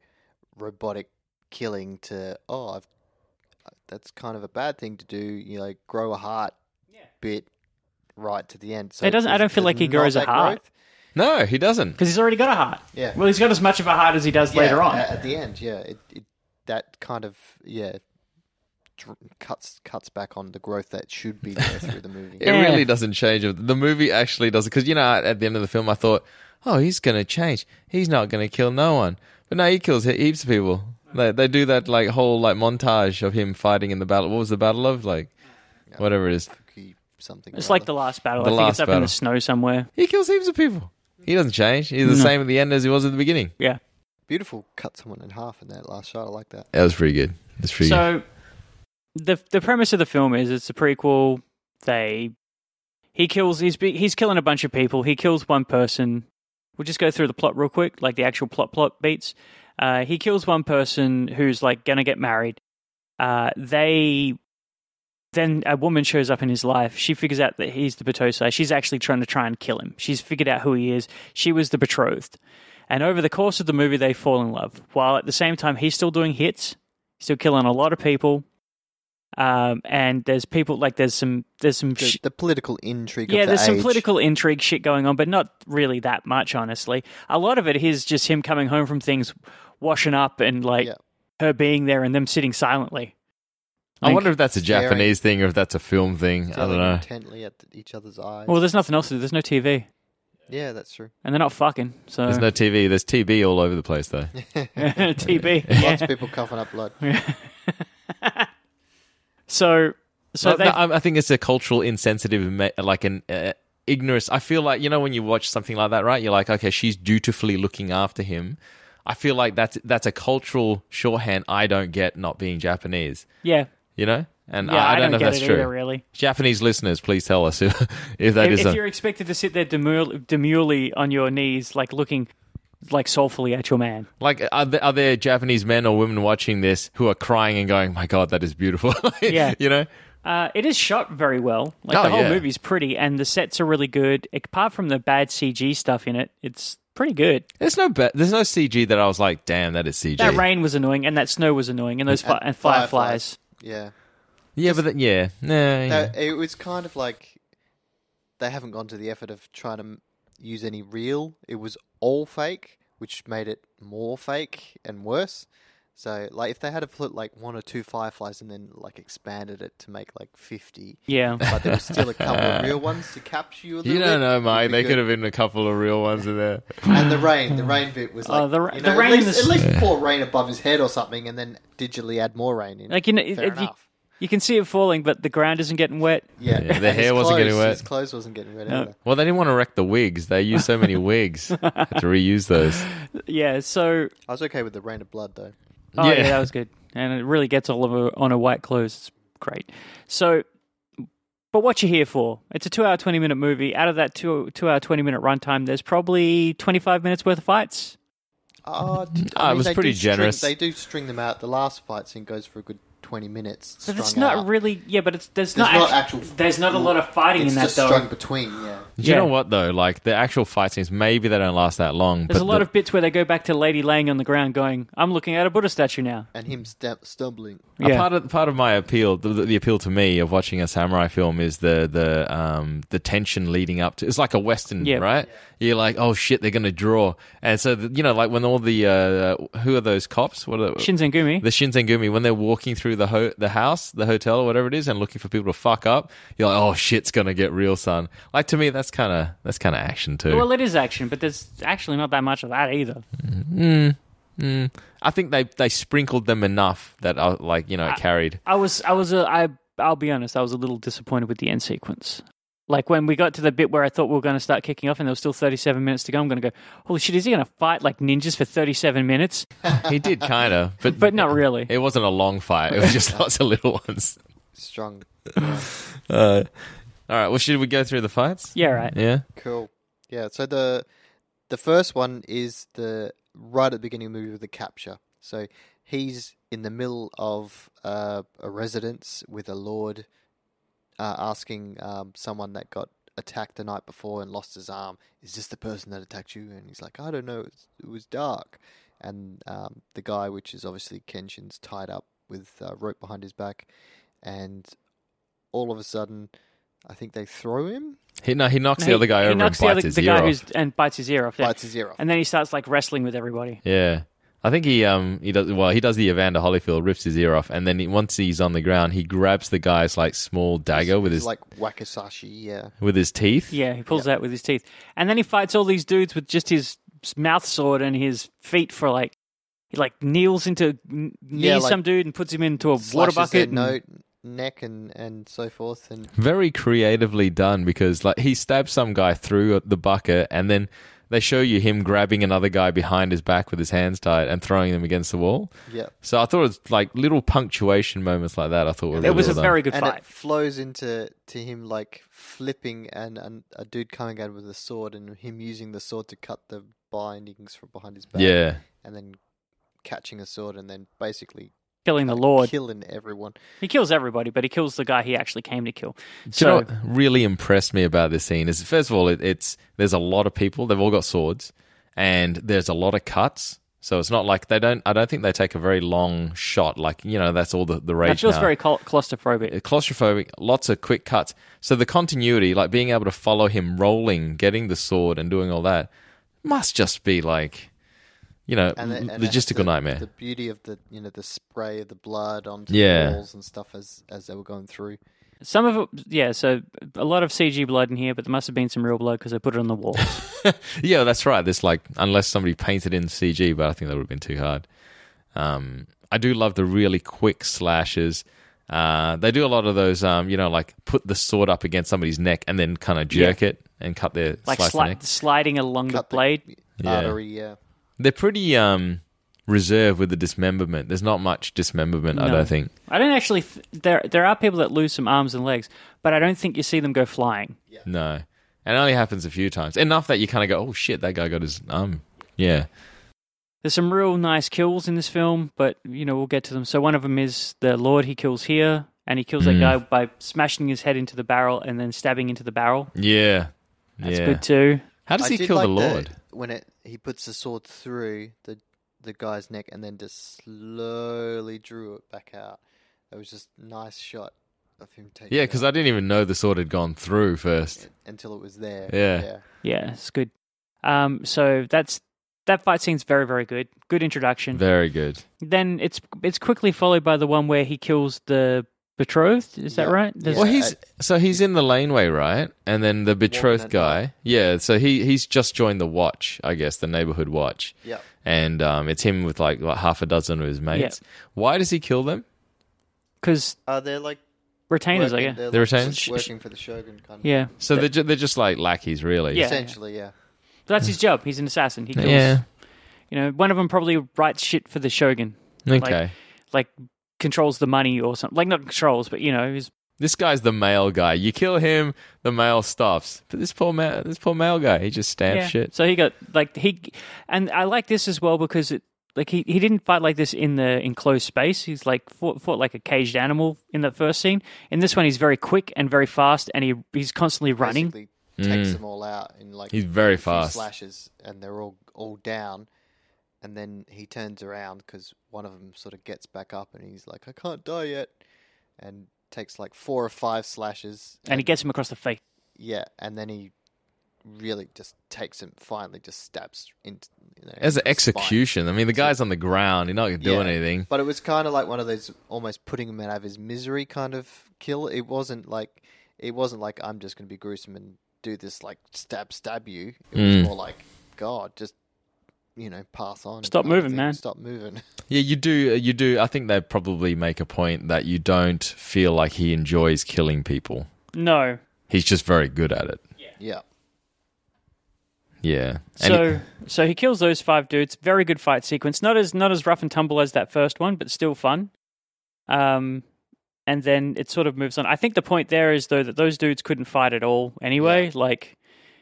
Speaker 5: robotic killing to oh, I've, that's kind of a bad thing to do. You know, grow a heart bit right to the end. So
Speaker 3: It doesn't- I
Speaker 5: there's-
Speaker 3: don't feel
Speaker 5: there's
Speaker 3: like he grows a
Speaker 5: not that
Speaker 3: heart.
Speaker 5: growth.
Speaker 4: No, he doesn't.
Speaker 3: Because he's already got a heart.
Speaker 5: Yeah.
Speaker 3: Well, he's got as much of a heart as he does
Speaker 5: Yeah,
Speaker 3: later on.
Speaker 5: a- at the end. Yeah, it, it that kind of yeah dr- cuts cuts back on the growth that should be there through the movie.
Speaker 4: It
Speaker 3: Yeah.
Speaker 4: really doesn't change. The movie actually does because you know at the end of the film I thought, oh, he's gonna change. He's not gonna kill no one. But no, he kills he- heaps of people. They, they do that like whole like montage of him fighting in the battle. What was the battle of like, whatever it is.
Speaker 5: Fuki Something
Speaker 3: It's
Speaker 5: or
Speaker 3: like
Speaker 5: other.
Speaker 3: the last battle.
Speaker 4: The
Speaker 3: I think it's
Speaker 4: last
Speaker 3: up in
Speaker 4: battle.
Speaker 3: the snow somewhere.
Speaker 4: He kills heaps of people. He doesn't change. He's the same at the end as he was at the beginning.
Speaker 3: Yeah.
Speaker 5: Beautiful. Cut someone in half in that last shot. I like that.
Speaker 4: That was pretty good. That's pretty. good.
Speaker 3: So the the premise of the film is it's a prequel. They he kills he's be, he's killing a bunch of people. He kills one person. We'll just go through the plot real quick, like the actual plot plot beats. Uh, he kills one person who's like gonna get married. Uh, they then a woman shows up in his life. She figures out that he's the Batosai. She's actually trying to try and kill him. She's figured out who he is. She was the betrothed. And over the course of the movie, they fall in love. While at the same time, he's still doing hits, still killing a lot of people. Um, and there's people like there's some there's some sh-
Speaker 5: The, the political intrigue.
Speaker 3: yeah,
Speaker 5: of the
Speaker 3: there's some
Speaker 5: age.
Speaker 3: political intrigue shit going on, but not really that much, honestly. A lot of it is just him coming home from things, washing up, and like
Speaker 5: Yeah.
Speaker 3: her being there and them sitting silently.
Speaker 4: I wonder if that's a
Speaker 5: Staring.
Speaker 4: Japanese thing or if that's a film thing. I don't
Speaker 5: Staring
Speaker 4: know.
Speaker 5: Intently at th- each other's eyes.
Speaker 3: Well, there's nothing else to do. There's no TV,
Speaker 5: yeah, that's true.
Speaker 3: and they're not fucking. So
Speaker 4: There's no TV. There's TB all over the place though.
Speaker 3: TB.
Speaker 5: Lots
Speaker 3: Yeah.
Speaker 5: of people coughing up blood.
Speaker 3: So, so
Speaker 4: No,
Speaker 3: they.
Speaker 4: no, I I think it's a cultural insensitive, me- like an uh, ignorance. I feel like you know when you watch something like that, right? You're like, okay, she's dutifully looking after him. I feel like that's that's a cultural shorthand I don't get not being Japanese,
Speaker 3: yeah,
Speaker 4: you know. And
Speaker 3: yeah.
Speaker 4: I, I don't, know
Speaker 3: get
Speaker 4: if that's
Speaker 3: it
Speaker 4: true.
Speaker 3: either, really.
Speaker 4: Japanese listeners, please tell us if, if that is
Speaker 3: If, if
Speaker 4: a-
Speaker 3: you're expected to sit there demurely, demurely on your knees, like looking, like soulfully at your man.
Speaker 4: like are there, are there Japanese men or women watching this who are crying and going, "My God, that is beautiful,"
Speaker 3: Yeah.
Speaker 4: you know.
Speaker 3: Uh, it is shot very well. Like
Speaker 4: Oh,
Speaker 3: the whole
Speaker 4: yeah.
Speaker 3: movie's pretty, and the sets are really good. Apart from the bad CG stuff in it, it's pretty good.
Speaker 4: There's no be- there's no CG that I was like, "Damn, that is CG."
Speaker 3: That rain was annoying, and that snow was annoying, and those fi- and fireflies.
Speaker 5: fireflies. Yeah.
Speaker 4: yeah, but that yeah, nah, yeah.
Speaker 5: That- it was kind of like they haven't gone to the effort of trying to m- use any real. It was all fake, which made it more fake and worse. So, like, if they had have put like one or two fireflies and then like expanded it to make like fifty,
Speaker 3: Yeah,
Speaker 5: but there was still a couple of real ones to capture you a little
Speaker 4: You don't
Speaker 5: bit,
Speaker 4: know,
Speaker 5: it'd
Speaker 4: Mike.
Speaker 5: be
Speaker 4: They
Speaker 5: good.
Speaker 4: could have been a couple of real ones in there.
Speaker 5: And the rain, the rain bit was like
Speaker 3: Oh, the ra-
Speaker 5: you know,
Speaker 3: the rain
Speaker 5: At
Speaker 3: in
Speaker 5: least,
Speaker 3: the
Speaker 5: at least pour rain above his head or something, and then digitally add more rain in.
Speaker 3: like you know, it-
Speaker 5: fair
Speaker 3: it- you,
Speaker 5: enough.
Speaker 3: you can see it falling, but the ground isn't getting wet.
Speaker 4: Yeah,
Speaker 5: yeah,
Speaker 4: the
Speaker 5: And his
Speaker 4: hair wasn't getting
Speaker 5: clothes-
Speaker 4: wet.
Speaker 5: His clothes wasn't getting wet either.
Speaker 4: Well, they didn't want to wreck the wigs. They used so many wigs Had to reuse those.
Speaker 3: Yeah, so
Speaker 5: I was okay with the rain of blood though.
Speaker 3: Oh yeah.
Speaker 4: Yeah.
Speaker 3: that was good, and it really gets all over on a white clothes. It's great. So But what you're here for? It's a two-hour, twenty-minute movie. Out of that two two-hour, twenty-minute runtime, there's probably twenty-five minutes worth of fights.
Speaker 5: Uh,
Speaker 4: Ah, it was pretty generous.
Speaker 5: they do string them out. The last fight scene goes for a good twenty minutes.
Speaker 3: So that's
Speaker 5: strung
Speaker 3: not
Speaker 5: out.
Speaker 3: really yeah, but it's there's,
Speaker 5: There's
Speaker 3: not,
Speaker 5: not
Speaker 3: actual,
Speaker 5: actual-
Speaker 3: there's not a lot of fighting
Speaker 5: It's
Speaker 3: in that
Speaker 5: just
Speaker 3: though.
Speaker 5: strung between. Yeah.
Speaker 4: Do you know
Speaker 3: Yeah.
Speaker 4: what though? Like the actual fight scenes, maybe they don't last that long.
Speaker 3: There's
Speaker 4: but
Speaker 3: a lot
Speaker 4: the-
Speaker 3: of bits where they go back to Lady laying on the ground, going, "I'm looking at a Buddha statue now."
Speaker 5: And him stamp- stumbling.
Speaker 4: A
Speaker 3: Yeah,
Speaker 4: part of part of my appeal, the, the appeal to me of watching a samurai film is the the um the tension leading up to. It's like a western,
Speaker 3: Yeah.
Speaker 4: right? You're like, oh shit, they're gonna draw, and so the, you know, like when all the uh, who are those cops? What are
Speaker 3: Shinzengumi.
Speaker 4: the Shinsengumi when they're walking through the ho- the house, the hotel, or whatever it is, and looking for people to fuck up? You're like, oh shit's gonna get real, son. Like to me, that's kind of that's kind of action too.
Speaker 3: well, uh it is action, but there's actually not that much of that either.
Speaker 4: I think they they sprinkled them enough that I like you know it carried.
Speaker 3: I was, I was, a, I, I'll be honest, I was a little disappointed with the end sequence. Like when we got to the bit where I thought we were going to start kicking off, and there was still 37 minutes to go. I'm going to go, holy shit, is he going to fight like ninjas for 37 minutes?
Speaker 4: He did kind of, but
Speaker 3: But not really.
Speaker 4: It wasn't a long fight. It was just lots of little ones.
Speaker 5: Strung.
Speaker 4: Uh, all right. Well, should we go through the fights?
Speaker 3: Yeah, right.
Speaker 4: Yeah.
Speaker 5: Cool. Yeah. So the the first one is the right at the beginning of the movie with the capture. So he's in the middle of uh, a residence with a lord uh, asking um, someone that got attacked the night before and lost his arm, "Is this the person that attacked you?" And he's like, "I don't know. It's, it was dark." And um, the guy, which is obviously Kenshin's, tied up with uh, rope behind his back, and all of a sudden, I think they throw him.
Speaker 4: He no, he knocks
Speaker 3: He-
Speaker 4: the other guy
Speaker 3: he
Speaker 4: over
Speaker 3: knocks
Speaker 4: and
Speaker 3: the
Speaker 4: bites
Speaker 3: other,
Speaker 4: his
Speaker 3: the
Speaker 4: ear
Speaker 3: guy
Speaker 4: off.
Speaker 3: who's and bites his ear off. Yeah.
Speaker 5: Bites his ear off.
Speaker 3: And then he starts like wrestling with everybody.
Speaker 4: Yeah. I think he um he does well. He does the Evander Holyfield, rips his ear off, and then he, once he's on the ground, he grabs the guy's like small dagger with
Speaker 5: It's
Speaker 4: his
Speaker 5: like Wakasashi, yeah.
Speaker 4: with his teeth.
Speaker 3: Yeah, he pulls out with his teeth, and then he fights all these dudes with just his mouth sword and his feet for like he like kneels into knees
Speaker 5: Yeah, like,
Speaker 3: some dude and puts him into a water
Speaker 5: Slashes their
Speaker 3: bucket. and-
Speaker 5: note, neck and and so forth, and
Speaker 4: very creatively done because like he stabs some guy through the bucket and then they show you him grabbing another guy behind his back with his hands tied and throwing them against the wall.
Speaker 5: yeah.
Speaker 4: So I thought it was like little punctuation moments like that. I thought were really
Speaker 3: it was a
Speaker 4: well done.
Speaker 3: very good
Speaker 5: And
Speaker 3: fight.
Speaker 5: it flows into to him like flipping and, and a dude coming out with a sword and him using the sword to cut the bindings from behind his back.
Speaker 4: yeah.
Speaker 5: And then catching a sword and then basically
Speaker 3: killing the Lord.
Speaker 5: killing everyone.
Speaker 3: he kills everybody, but he kills the guy he actually came to kill.
Speaker 4: Do you know
Speaker 3: So
Speaker 4: what really impressed me about this scene is first of all it, it's there's a lot of people they've all got swords and there's a lot of cuts so it's not like they don't I don't think they take a very long shot like you know that's all the the rage
Speaker 3: that feels
Speaker 4: now. Uh,
Speaker 3: very cla- claustrophobic.
Speaker 4: claustrophobic lots of quick cuts so the continuity like being able to follow him rolling getting the sword and doing all that must just be like you know
Speaker 5: And, the- and that's
Speaker 4: logistical
Speaker 5: the-
Speaker 4: nightmare
Speaker 5: The beauty of the you know, the spray of the blood onto
Speaker 4: Yeah.
Speaker 5: the walls and stuff as as they were going through.
Speaker 3: Some of it, yeah. So a lot of CG blood in here, but there must have been some real blood because they put it on the walls.
Speaker 4: Yeah, that's right. This like unless somebody painted in CG, but I think that would have been too hard. Um, I do love the really quick slashes. Uh, they do a lot of those, um, you know, like put the sword up against somebody's neck and then kind of jerk it and cut their
Speaker 3: like
Speaker 4: slice
Speaker 3: sli-
Speaker 4: their neck.
Speaker 3: sliding along
Speaker 5: Cut
Speaker 3: the blade.
Speaker 5: Artery, yeah.
Speaker 4: They're pretty um, reserved with the dismemberment. There's not much dismemberment, I
Speaker 3: No.
Speaker 4: don't think.
Speaker 3: I don't actually. Th- there, there are people that lose some arms and legs, but I don't think you see them go flying.
Speaker 4: No, and it only happens a few times. Enough that you kind of go, "Oh shit, that guy got his um." Yeah,
Speaker 3: There's some real nice kills in this film, but you know we'll get to them. So one of them is the Lord he kills here, and he kills that
Speaker 4: Mm.
Speaker 3: guy by smashing his head into the barrel and then stabbing into the barrel.
Speaker 4: yeah,
Speaker 3: That's
Speaker 4: yeah.
Speaker 3: good too.
Speaker 4: How does
Speaker 5: I
Speaker 4: he
Speaker 5: did
Speaker 4: kill the
Speaker 5: like
Speaker 4: lord?
Speaker 5: when it he puts the sword through the the guy's neck and then just slowly drew it back out. It was just nice shot of him taking.
Speaker 4: Yeah,
Speaker 5: it
Speaker 4: because I
Speaker 5: out
Speaker 4: didn't even know the sword had gone through first.
Speaker 5: until it was there.
Speaker 4: Yeah.
Speaker 3: Yeah, it's good. Um, so that's that fight scene's very very good. Good introduction.
Speaker 4: Very good.
Speaker 3: then it's it's quickly followed by the one where he kills the betrothed. Is that
Speaker 5: Yeah.
Speaker 3: right? There's-
Speaker 4: Well,
Speaker 5: Yeah,
Speaker 4: he's
Speaker 5: I-
Speaker 4: so he's in the laneway, right? And then the betrothed
Speaker 5: that
Speaker 4: guy, yeah. So he he's just joined the watch, I guess, the neighborhood watch,
Speaker 5: yeah.
Speaker 4: and um, it's him with like, what, half a dozen of his mates. Why does he kill them?
Speaker 3: Because
Speaker 5: Are they Uh, like
Speaker 3: retainers, I
Speaker 5: working-
Speaker 3: guess.
Speaker 5: they're
Speaker 4: They're
Speaker 5: like
Speaker 4: retainers?
Speaker 5: just working for the shogun kind of
Speaker 3: Yeah.
Speaker 4: So they're ju- they're just like lackeys, really.
Speaker 3: Yeah.
Speaker 5: essentially, yeah.
Speaker 3: That's his job. He's an assassin. He kills.
Speaker 4: Yeah.
Speaker 3: You know, one of them probably writes shit for the shogun,
Speaker 4: Okay.
Speaker 3: like controls the money or something. Like not controls, but you know, is
Speaker 4: This guy's the male guy. You kill him, the male stops. But this poor man, this poor male guy, he just stamps
Speaker 3: Yeah.
Speaker 4: shit.
Speaker 3: So he got like he, and I like this as well because it like he, he didn't fight like this in the enclosed space. He's like fought, fought like a caged animal in the first scene. In this one, he's very quick and very fast, and he he's constantly running.
Speaker 5: Basically takes them all out in like
Speaker 4: Mm. He's very
Speaker 5: a few
Speaker 4: fast.
Speaker 5: slashes, and they're all all down. And then he turns around because one of them sort of gets back up, and he's like, "I can't die yet," and takes like four or five slashes.
Speaker 3: And he gets him across the face.
Speaker 5: yeah, and then he really just takes him. Finally, just stabs into you know,
Speaker 4: As
Speaker 5: into
Speaker 4: an
Speaker 5: the spine.
Speaker 4: execution, I mean, the guy's on the ground. He's not doing
Speaker 5: Yeah.
Speaker 4: anything.
Speaker 5: But it was kind of like one of those almost putting him out of his misery kind of kill. It wasn't like it wasn't like I'm just going to be gruesome and do this like stab stab you. It
Speaker 4: Mm.
Speaker 5: was more like God, just you know, pass on.
Speaker 3: Stop
Speaker 5: kind of
Speaker 3: moving,
Speaker 5: thing.
Speaker 3: man.
Speaker 5: Stop moving.
Speaker 4: Yeah, you do. uh, You do. I think they probably make a point that you don't feel like he enjoys killing people.
Speaker 3: No,
Speaker 4: He's just very good at it.
Speaker 5: yeah.
Speaker 4: Yeah. And
Speaker 3: so
Speaker 4: he-
Speaker 3: so he kills those five dudes. Very good fight sequence. Not as not as rough and tumble as that first one, but still fun. Um, and then it sort of moves on. I think the point there is though that those dudes couldn't fight at all anyway. Like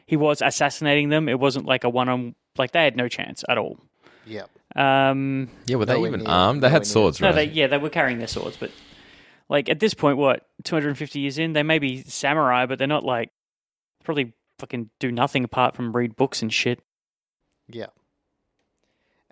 Speaker 3: he was assassinating them. It wasn't like a one on like they had no chance at all.
Speaker 5: Yeah.
Speaker 3: Um,
Speaker 4: yeah, were they
Speaker 5: nowhere
Speaker 4: even
Speaker 5: near-
Speaker 4: armed? They
Speaker 5: nowhere
Speaker 4: had
Speaker 5: near.
Speaker 4: swords,
Speaker 3: no,
Speaker 4: right?
Speaker 3: they yeah they were carrying their swords, but like at this point, what two hundred and fifty years in, they may be samurai, but they're not like probably fucking do nothing apart from read books and shit.
Speaker 5: Yeah.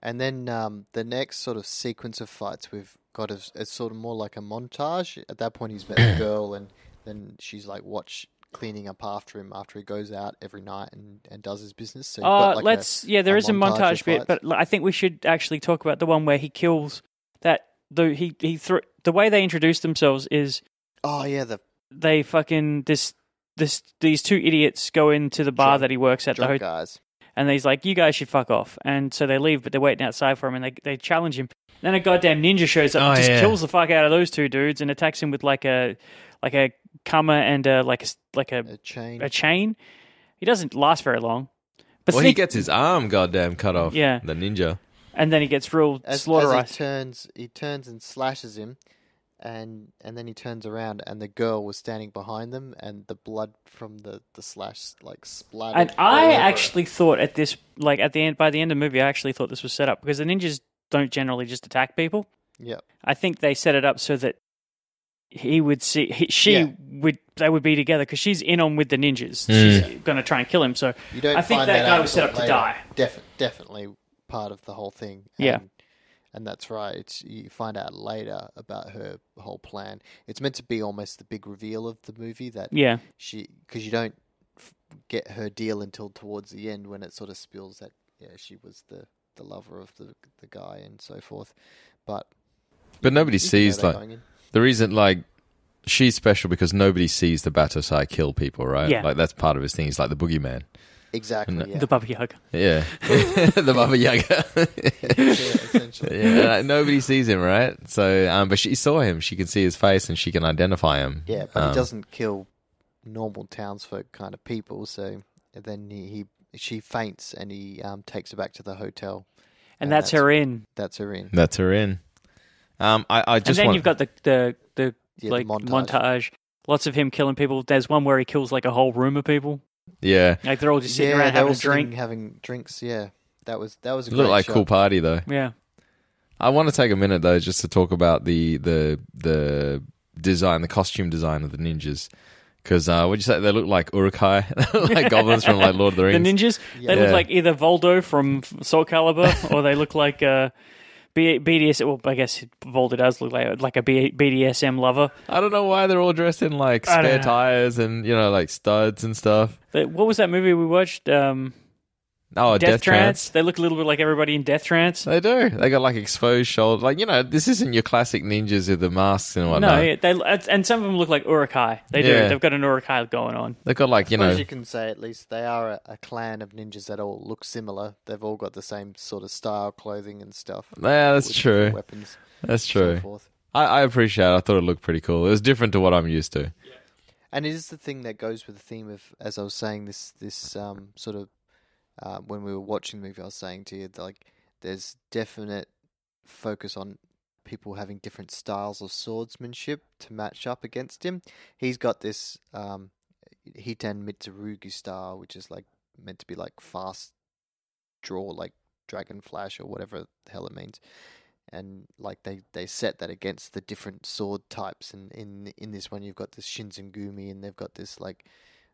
Speaker 5: And then um, the next sort of sequence of fights we've got is it's sort of more like a montage. At that point, he's met the girl, and then she's like, watch cleaning up after him after he goes out every night and, and does his business. So you've got,
Speaker 3: Uh,
Speaker 5: like, a-
Speaker 3: let's. yeah, there is a montage,
Speaker 5: of
Speaker 3: bit,
Speaker 5: fights.
Speaker 3: but l- I think we should actually talk about the one where he kills that. The he he thro- the way they introduce themselves is
Speaker 5: oh yeah, the
Speaker 3: they fucking this this these two idiots go into the bar
Speaker 5: Drunk-
Speaker 3: that he works at the
Speaker 5: drunk
Speaker 3: hotel,
Speaker 5: guys.
Speaker 3: and he's like, "You guys should fuck off." And so they leave, but they're waiting outside for him, and they they challenge him. Then a goddamn ninja shows up, and
Speaker 4: Oh,
Speaker 3: just
Speaker 4: yeah.
Speaker 3: kills the fuck out of those two dudes, and attacks him with like a like a cummer and a, like a s- like a
Speaker 5: A chain.
Speaker 3: a chain. He doesn't last very long. But
Speaker 4: well, he
Speaker 3: sneak-
Speaker 4: gets his arm goddamn cut off.
Speaker 3: Yeah.
Speaker 4: The ninja.
Speaker 3: and then he gets real
Speaker 5: as,
Speaker 3: slaughter
Speaker 5: as he turns, he turns and slashes him, and and then he turns around, and the girl was standing behind them, and the blood from the the slash like splattered.
Speaker 3: And
Speaker 5: all
Speaker 3: I
Speaker 5: over her.
Speaker 3: actually thought at this, like at the end, by the end of the movie, I actually thought this was set up because the ninjas don't generally just attack people.
Speaker 5: yeah.
Speaker 3: I think they set it up so that he would see, he, she
Speaker 5: Yeah.
Speaker 3: would, they would be together because she's in on with the ninjas. She's going to try and kill him. So
Speaker 5: You don't
Speaker 3: I think
Speaker 5: find
Speaker 3: that guy
Speaker 5: out
Speaker 3: was set up
Speaker 5: until
Speaker 3: to
Speaker 5: later.
Speaker 3: die.
Speaker 5: Defi- definitely part of the whole thing.
Speaker 3: Yeah.
Speaker 5: And, and that's right. It's, you find out later about her whole plan. It's meant to be almost the big reveal of the movie that
Speaker 3: yeah,
Speaker 5: she because you don't f- get her deal until towards the end when it sort of spills that yeah she was the the lover of the the guy and so forth. But
Speaker 4: But nobody
Speaker 5: you can
Speaker 4: sees
Speaker 5: know that
Speaker 4: like
Speaker 5: going in.
Speaker 4: the reason like she's special because nobody sees the Batosai kill people, right?
Speaker 3: Yeah.
Speaker 4: Like that's part of his thing. He's like the boogeyman.
Speaker 5: exactly yeah,
Speaker 3: the Baba Yaga.
Speaker 4: Yeah. the Baba Yaga.
Speaker 5: yeah, essentially
Speaker 4: yeah. like, nobody sees him, right? So um but she saw him, she can see his face and she can identify him.
Speaker 5: yeah. But
Speaker 4: um,
Speaker 5: he doesn't kill normal townsfolk kind of people. So then he, he she faints and he um, takes her back to the hotel.
Speaker 3: And that's her in.
Speaker 5: That's her in.
Speaker 4: That's her in. Um I, I just
Speaker 3: And then
Speaker 4: want-
Speaker 3: you've got the, the, the,
Speaker 5: Yeah, the
Speaker 3: like montage.
Speaker 5: montage.
Speaker 3: Lots of him killing people. There's one where he kills like a whole room of people.
Speaker 4: Yeah.
Speaker 3: Like they're all just sitting
Speaker 5: yeah,
Speaker 3: around
Speaker 5: they
Speaker 3: having
Speaker 5: were
Speaker 3: a
Speaker 5: sitting
Speaker 3: drink.
Speaker 5: having drinks. Yeah, that was that was a
Speaker 4: It looked
Speaker 5: great
Speaker 4: like
Speaker 5: shot.
Speaker 4: cool party though.
Speaker 3: Yeah.
Speaker 4: I want to take a minute though, just to talk about the the the design, the costume design of the ninjas. Because uh, would you say they look like urukai, like goblins from like Lord of the
Speaker 3: the
Speaker 4: Rings?
Speaker 3: ninjas. They look
Speaker 4: Yeah.
Speaker 3: like either Voldo from Soul Calibur, or they look like uh, B- BDS. Well, I guess Voldo does look like like a B- BDSM lover.
Speaker 4: I don't know why they're all dressed in like
Speaker 3: I don't
Speaker 4: spare
Speaker 3: know.
Speaker 4: tires and you know like studs and stuff.
Speaker 3: They- What was that movie we watched? Um,
Speaker 4: Oh,
Speaker 3: Death,
Speaker 4: death,
Speaker 3: Trance. They look a little bit like everybody in Death Trance.
Speaker 4: They do. They got like exposed shoulders. Like you know, this isn't your classic ninjas with the masks and whatnot.
Speaker 3: No, yeah, they and some of them look like Urukai. They do.
Speaker 4: Oh, Yeah.
Speaker 3: They've got an Urukai going on.
Speaker 4: They've got like you know.
Speaker 5: As you can say, at least they are a, a clan of ninjas that all look similar. They've all got the same sort of style, clothing, and stuff.
Speaker 4: Yeah, that's
Speaker 5: with different
Speaker 4: true.
Speaker 5: Weapons,
Speaker 4: That's
Speaker 5: so
Speaker 4: true.
Speaker 5: forth.
Speaker 4: I, I appreciate. it. I thought it looked pretty cool. It was different to what I'm used to.
Speaker 5: And it is the thing that goes with the theme of, as I was saying, this this um, sort of uh, when we were watching the movie, I was saying to you, that, like, there's definite focus on people having different styles of swordsmanship to match up against him. He's got this um, Hitan Mitsurugi style, which is like meant to be like fast draw, like Dragon Flash or whatever the hell it means. And like they, they set that against the different sword types, and in in this one you've got this Shinzengumi, and they've got this like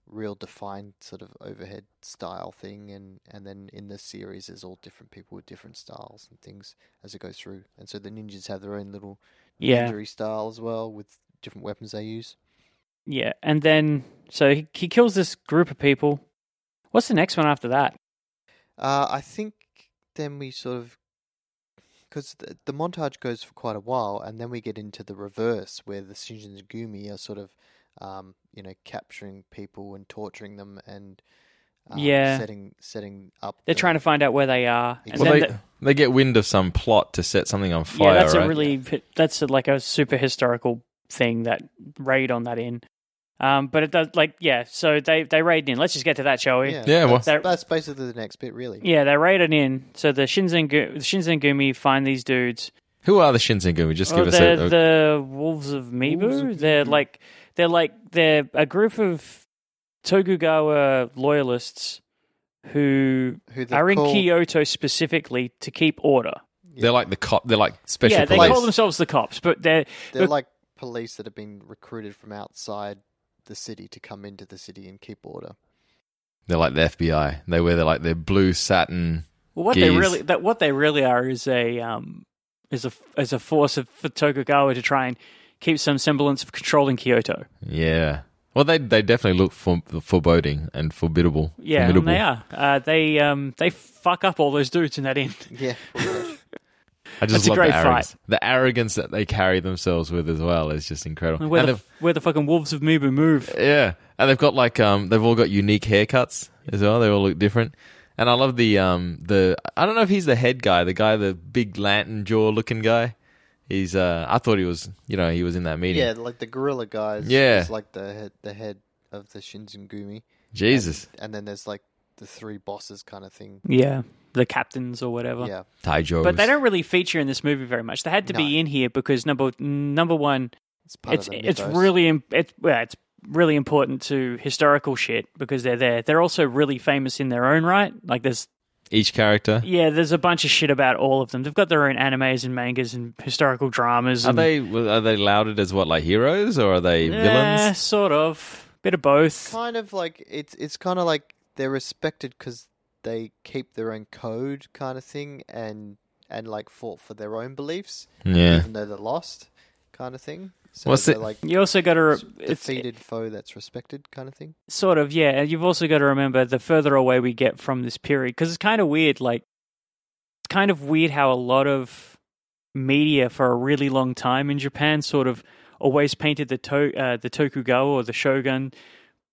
Speaker 5: real defined sort of overhead style thing and and then in this series there's all different people with different styles and things as it goes through and so the ninjas have their own little
Speaker 3: Yeah.
Speaker 5: ninjery style as well with different weapons they use
Speaker 3: Yeah, and then so he, he kills this group of people. What's the next one after that?
Speaker 5: uh i think then we sort of because the, the montage goes for quite a while and then we get into the reverse where the Shinjin are sort of um you know capturing people and torturing them and um,
Speaker 3: Yeah.
Speaker 5: setting setting up
Speaker 3: They're
Speaker 5: the-
Speaker 3: trying to find out where they are. And
Speaker 5: Exactly.
Speaker 4: Well,
Speaker 3: then
Speaker 4: they,
Speaker 3: the-
Speaker 4: they get wind of some plot to set something on fire.
Speaker 3: yeah, that's
Speaker 4: right?
Speaker 3: a really that's a, like a super historical thing that raid on that in. Um, but it does like yeah. So they they raid in. Let's just get to that, shall we?
Speaker 5: yeah,
Speaker 4: Yeah, well-
Speaker 5: that's,
Speaker 3: That-
Speaker 5: that's basically the next bit really
Speaker 3: Yeah, they raided in. So the Shinzengu- Shinzengumi find these dudes.
Speaker 4: Who are the Shinsengumi? Just
Speaker 3: Oh,
Speaker 4: give us
Speaker 3: they're
Speaker 4: a, a
Speaker 3: the Wolves of Mibu.
Speaker 5: Wolves of
Speaker 3: they're
Speaker 5: Mibu.
Speaker 3: like they're like they're a group of Tokugawa loyalists who
Speaker 5: who they
Speaker 3: are in
Speaker 5: call-
Speaker 3: Kyoto specifically to keep order.
Speaker 4: they're like the cop. They're like special
Speaker 3: yeah, they
Speaker 4: police.
Speaker 3: call themselves the cops, but they're
Speaker 5: They're
Speaker 3: Look-
Speaker 5: like police that have been recruited from outside the city to come into the city and keep order.
Speaker 4: They're like the FBI. They wear their like their blue satin.
Speaker 3: well, what they
Speaker 4: Geez.
Speaker 3: really that what they really are is a um is a is a force of, for Tokugawa to try and keep some semblance of controlling Kyoto.
Speaker 4: Yeah. Well, they they definitely look for, foreboding and formidable.
Speaker 3: Yeah, and
Speaker 4: formidable.
Speaker 3: they are. Uh, they um they fuck up all those dudes in that inn.
Speaker 5: Yeah, pretty much.
Speaker 4: I just
Speaker 3: That's a
Speaker 4: love
Speaker 3: great
Speaker 4: the
Speaker 3: fight.
Speaker 4: arrogance. The arrogance that they carry themselves with as well is just incredible.
Speaker 3: Where
Speaker 4: And
Speaker 3: the, where the fucking wolves of Mibu move.
Speaker 4: they've- yeah, and they've got like um, they've all got unique haircuts as well. They all look different. And I love the um, the I don't know if he's the head guy, the guy, the big lantern jaw looking guy. He's uh, I thought he was, you know, he was in that meeting.
Speaker 5: yeah, like the gorilla guys.
Speaker 4: Yeah.
Speaker 5: is like the head, the head of the Shinzengumi.
Speaker 4: Jesus,
Speaker 5: and then there's like the three bosses kind of thing.
Speaker 3: Yeah, the captains or whatever.
Speaker 5: Yeah,
Speaker 4: Taijo.
Speaker 3: But they don't really feature in this movie very much. They had to be
Speaker 5: No.
Speaker 3: in here because number number one,
Speaker 5: it's part
Speaker 3: it's
Speaker 5: of the
Speaker 3: it's
Speaker 5: mythos.
Speaker 3: really im- it's well, it's really important to historical shit because they're there. They're also really famous in their own right. Like there's
Speaker 4: each character.
Speaker 3: yeah, there's a bunch of shit about all of them. They've got their own animes and mangas and historical dramas.
Speaker 4: Are
Speaker 3: and,
Speaker 4: they well, are they lauded as what like heroes or are they
Speaker 3: Eh,
Speaker 4: villains?
Speaker 3: sort of bit of both.
Speaker 5: kind of like it's it's kind of like they're respected because they keep their own code kind of thing and and like fought for their own beliefs
Speaker 4: Hmm. Yeah,
Speaker 5: even though they're lost kind of thing. So
Speaker 4: What's
Speaker 5: they're
Speaker 4: it-
Speaker 5: like
Speaker 3: You also got to re- it's-
Speaker 5: defeated foe that's respected kind of thing.
Speaker 3: sort of yeah and you've also got to remember the further away we get from this period because it's kind of weird like it's kind of weird how a lot of media for a really long time in japan sort of always painted the to- uh, the tokugawa or the shogun